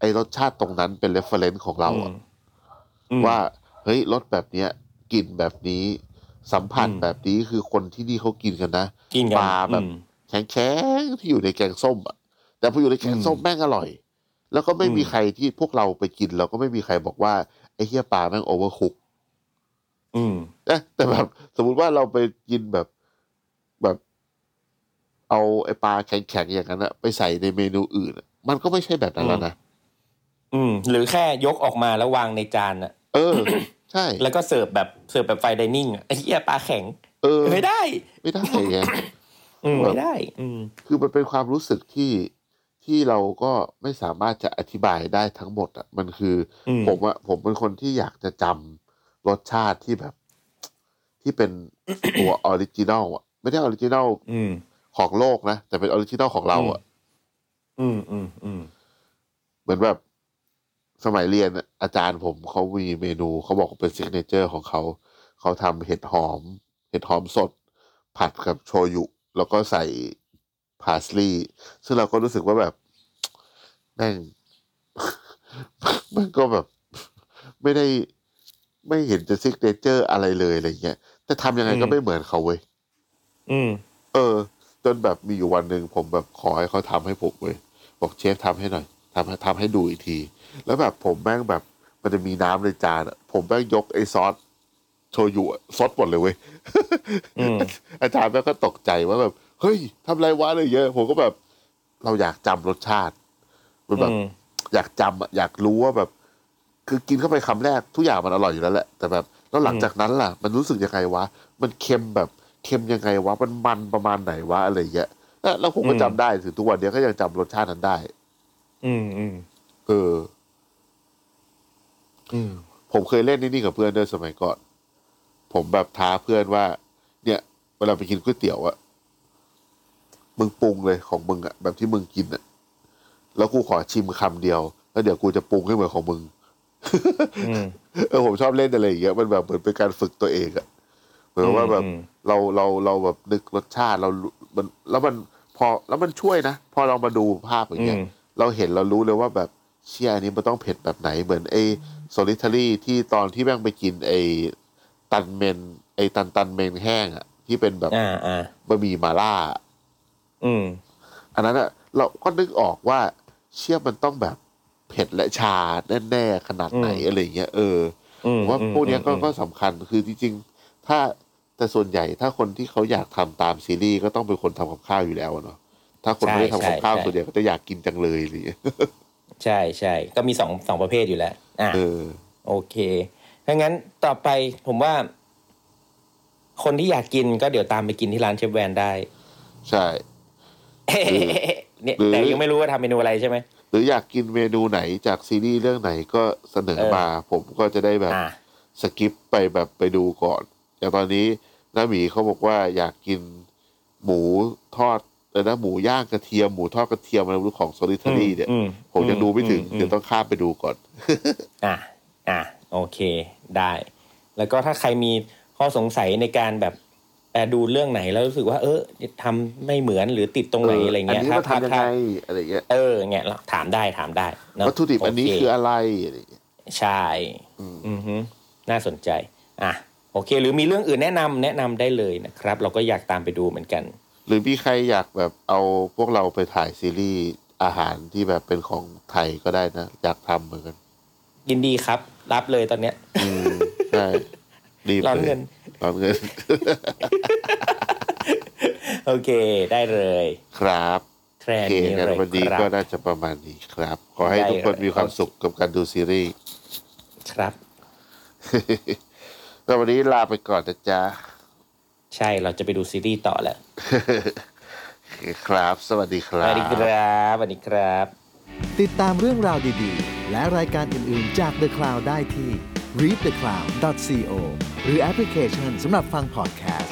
ไอ้รสชาติตรงนั้นเป็นเรฟเฟรนซ์ของเราอะ อืม ว่าเฮ้ยรสแบบเนี้ยกลิ่นแบบนี้สัมผัส อืม แบบนี้คือคนที่นี่เขากินกันนะ กินกัน ปลาแบบ อืม แข็งแข็งๆที่อยู่ในแกงส้มอะแต่พออยู่ในแกงส้มแม่งอร่อย แล้วก็ไม่มี อืม ใครที่พวกเราไปกิน เราก็ไม่มีใครบอกว่าไอ้เฮียปลาแม่งโอเวอร์คุก อืม นะ แต่แบบสมมุติว่าเราไปกินแบบแบบ เอาไอปลาแข็งๆอย่างนั้นอะไปใส่ในเมนูอื่นอะมันก็ไม่ใช่แบบนั้นแล้วนะ อืม หรือแค่ยกออกมาแล้ววางในจานอะ เออ ใช่ แล้วก็เสิร์ฟแบบเสิร์ฟแบบไฟไดิเนิ่งอะไอ้เหี้ยปลาแข็ง เออ ไม่ได้ ไม่ได้ไง อืมไม่ได้ อืม คือมันเป็นความรู้สึกที่ที่เราก็ไม่สามารถจะอธิบายได้ทั้งหมดอ่ะมันคืออ ม ผมอะผมเป็นคนที่อยากจะจำรสชาติที่แบบ ที่เป็น ตัว ออริจินอลอ่ะไม่ได้ออริจินอล อืม ของโลกนะแต่เป็นออริจินอลของเราอ่ะ อืมอืมอืม เหมือนแบบสมัยเรียนน่ะอาจารย์ผมเขามีเมนูเขาบอกเป็นซิกเนเจอร์ของเขาเขาทำเห็ดหอม เห็ดหอมสด ผัดกับโชยุ แล้วก็ใส่พาสลีย์ซึ่งเราก็รู้สึกว่าแบบ แม่ง มันก็แบบ ไม่ได้ไม่เห็นจะซิกเนเจอร์อะไรเลยอะไรเงี้ยแต่ทำยังไงก็ อืม ไม่เหมือนเขาเว้ย อืม เออ จนแบบมีอยู่วันหนึ่งผมแบบขอให้เขาทำให้ผมเว้ยบอกเชฟทำให้หน่อยทำทำให้ดูอีกที แล้วแบบผมแม่งแบบมันจะมีน้ำในจานอะผมแม่งยกไอ้ซอสโชยุอะซดหมดเลยเว้ย อืม อาจารย์แม่งก็ตกใจว่าแบบ เฮ้ยทำไรวะเลยเยอะ ผมก็แบบ เราอยากจำรสชาติมันแบบ อืม อยากจำอะอยากรู้ว่าแบบ คือกินเข้าไปคำแรกทุกอย่างมันอร่อยอยู่แล้วแหละ แต่แบบแล้วหลังจากนั้นล่ะ มันรู้สึกยังไงวะ มันเค็มแบบเค็มยังไงวะ มันมันประมาณไหนวะอะไรอย่างเงี้ยแล้วแล้วผมก็ อืม จำได้ถึงทุกวันเนี้ยก็ยังจำรสชาตินั้นได้ อืมอืม เออ อืม ผมเคยเล่นนี่นี่กับเพื่อนด้วยสมัยก่อน ผมแบบท้าเพื่อนว่า เนี่ยเวลาไปกินก๋วยเตี๋ยวอะมึงปรุงเลยของมึงอะแบบที่มึงกินอะแล้วกูขอชิมคำเดียว แล้วเดี๋ยวกูจะปรุงให้เหมือนของมึง อืม เออผมชอบเล่นอะไรอย่างเงี้ยมันแบบเหมือนเป็นการฝึกตัวเองอะเหมือนว่าแบบ อืม เราเราเราแบบนึกรสชาติเรารู้มันแล้วมันพอแล้วมันช่วยนะ พอเรามาดูภาพอย่างเงี้ยเราเห็นเรารู้เลยว่าแบบเชี่ยอันนี้มันต้องเผ็ดแบบไหนเหมือนไอ้โซลิทารี่ที่ตอนที่แม่งไปกินไอ้ตันเมนไอ้ตันตันเมนแห้งอะที่เป็นแบบ อ่าอ่า บะหมี่มาล่าอะ อืม อันนั้นอะเราก็นึกออกว่าเชี่ยมันต้องแบบเผ็ดและชาแน่ๆขนาดไหน อืม อะไรอย่างเงี้ยเออ อื ผมมว่า อืม พวกเนี้ยก็ อืม ก็สำคัญคือจริงๆ ถ้าแต่ส่วนใหญ่ถ้าคนที่เขาอยากทำตามซีรีส์ก็ต้องเป็นคนทำกับข้าวอยู่แล้วอะเนาะถ้าคนไม่ได้ทำกับข้าวส่วนใหญ่ก็จะอยากกินจังเลยอะไรอย่างเงี้ย ใช่ใช่ก็มีสองสองประเภทอยู่แล้ว อ่า เออ โอเคถ้างั้นต่อไปผมว่า คนที่อยากกินก็เดี๋ยวตามไปกินที่ร้านเชฟแวนได้ ใช่ หรือ เนี่ย หรือ แต่ยังไม่รู้ว่าทำเมนูอะไรใช่ไหม หรืออยากกินเมนูไหนจากซีรีส์เรื่องไหนก็เสนอ เออ มา ผมก็จะได้แบบ อ่า สกิปไปแบบไปดูก่อน อย่างตอนนี้น้าหมีเขาบอกว่าอยากกินหมูทอดแต่นะหมูย่างกระเทียมหมูทอดกระเทียมอะไรไม่รู้ของโซลิทารี่เนี่ย อืม ผมยังดูไม่ถึง อืม เดี๋ยวต้องข้ามไปดูก่อน อ่าอ่าโอเคได้ แล้วก็ถ้าใครมีข้อสงสัยในการแบบเอ่อดูเรื่องไหนแล้วรู้สึกว่า เออทำไม่เหมือนหรือติดตรงไหนอะไร อัน เงี้ย นี้ ถ้า มาทำยังไงอะไรเงี้ย เออเงี้ยถามได้ถามได้เนอะ วัตถุดิบอันนี้ โเ คืออะไรอะไรเงี้ย ใช่ อืม อือฮึน่าสนใจ อ่ะ โอเค หรือมีเรื่องอื่นแนะนำแนะนำได้เลยนะครับ เราก็อยากตามไปดูเหมือนกัน หรือมีใครอยากแบบเอาพวกเราไปถ่ายซีรีส์อาหารที่แบบเป็นของไทยก็ได้นะ อยากทำเหมือนกัน ยินดีครับ รับเลยตอนเนี้ย อืมใช่รีบ ร้อน เลย เงิน ร้อนเงิน โอเค ได้เลย ครับ แทร โอน เค นี้ งั้น เลย วันนี้ ครั ก็ บ น่าจะประมาณนี้ครับ ขอให้ ได้ ทุกคน เลย มีความ โอเค สุขกับการดูซีรีส์ ครับ แล้ววันนี้ลาไปก่อนนะจ๊ะ ใช่เราจะไปดูซีรีส์ต่อแหละ โอเคครับ สวัสดีค ส รั วัสดีค บ รับสวัสดีครับ ติดตามเรื่องราวดีๆ และรายการอื่นๆจาก The Cloud ได้ที่ readthecloud.co หรือแอปพลิเคชันสำหรับฟัง podcast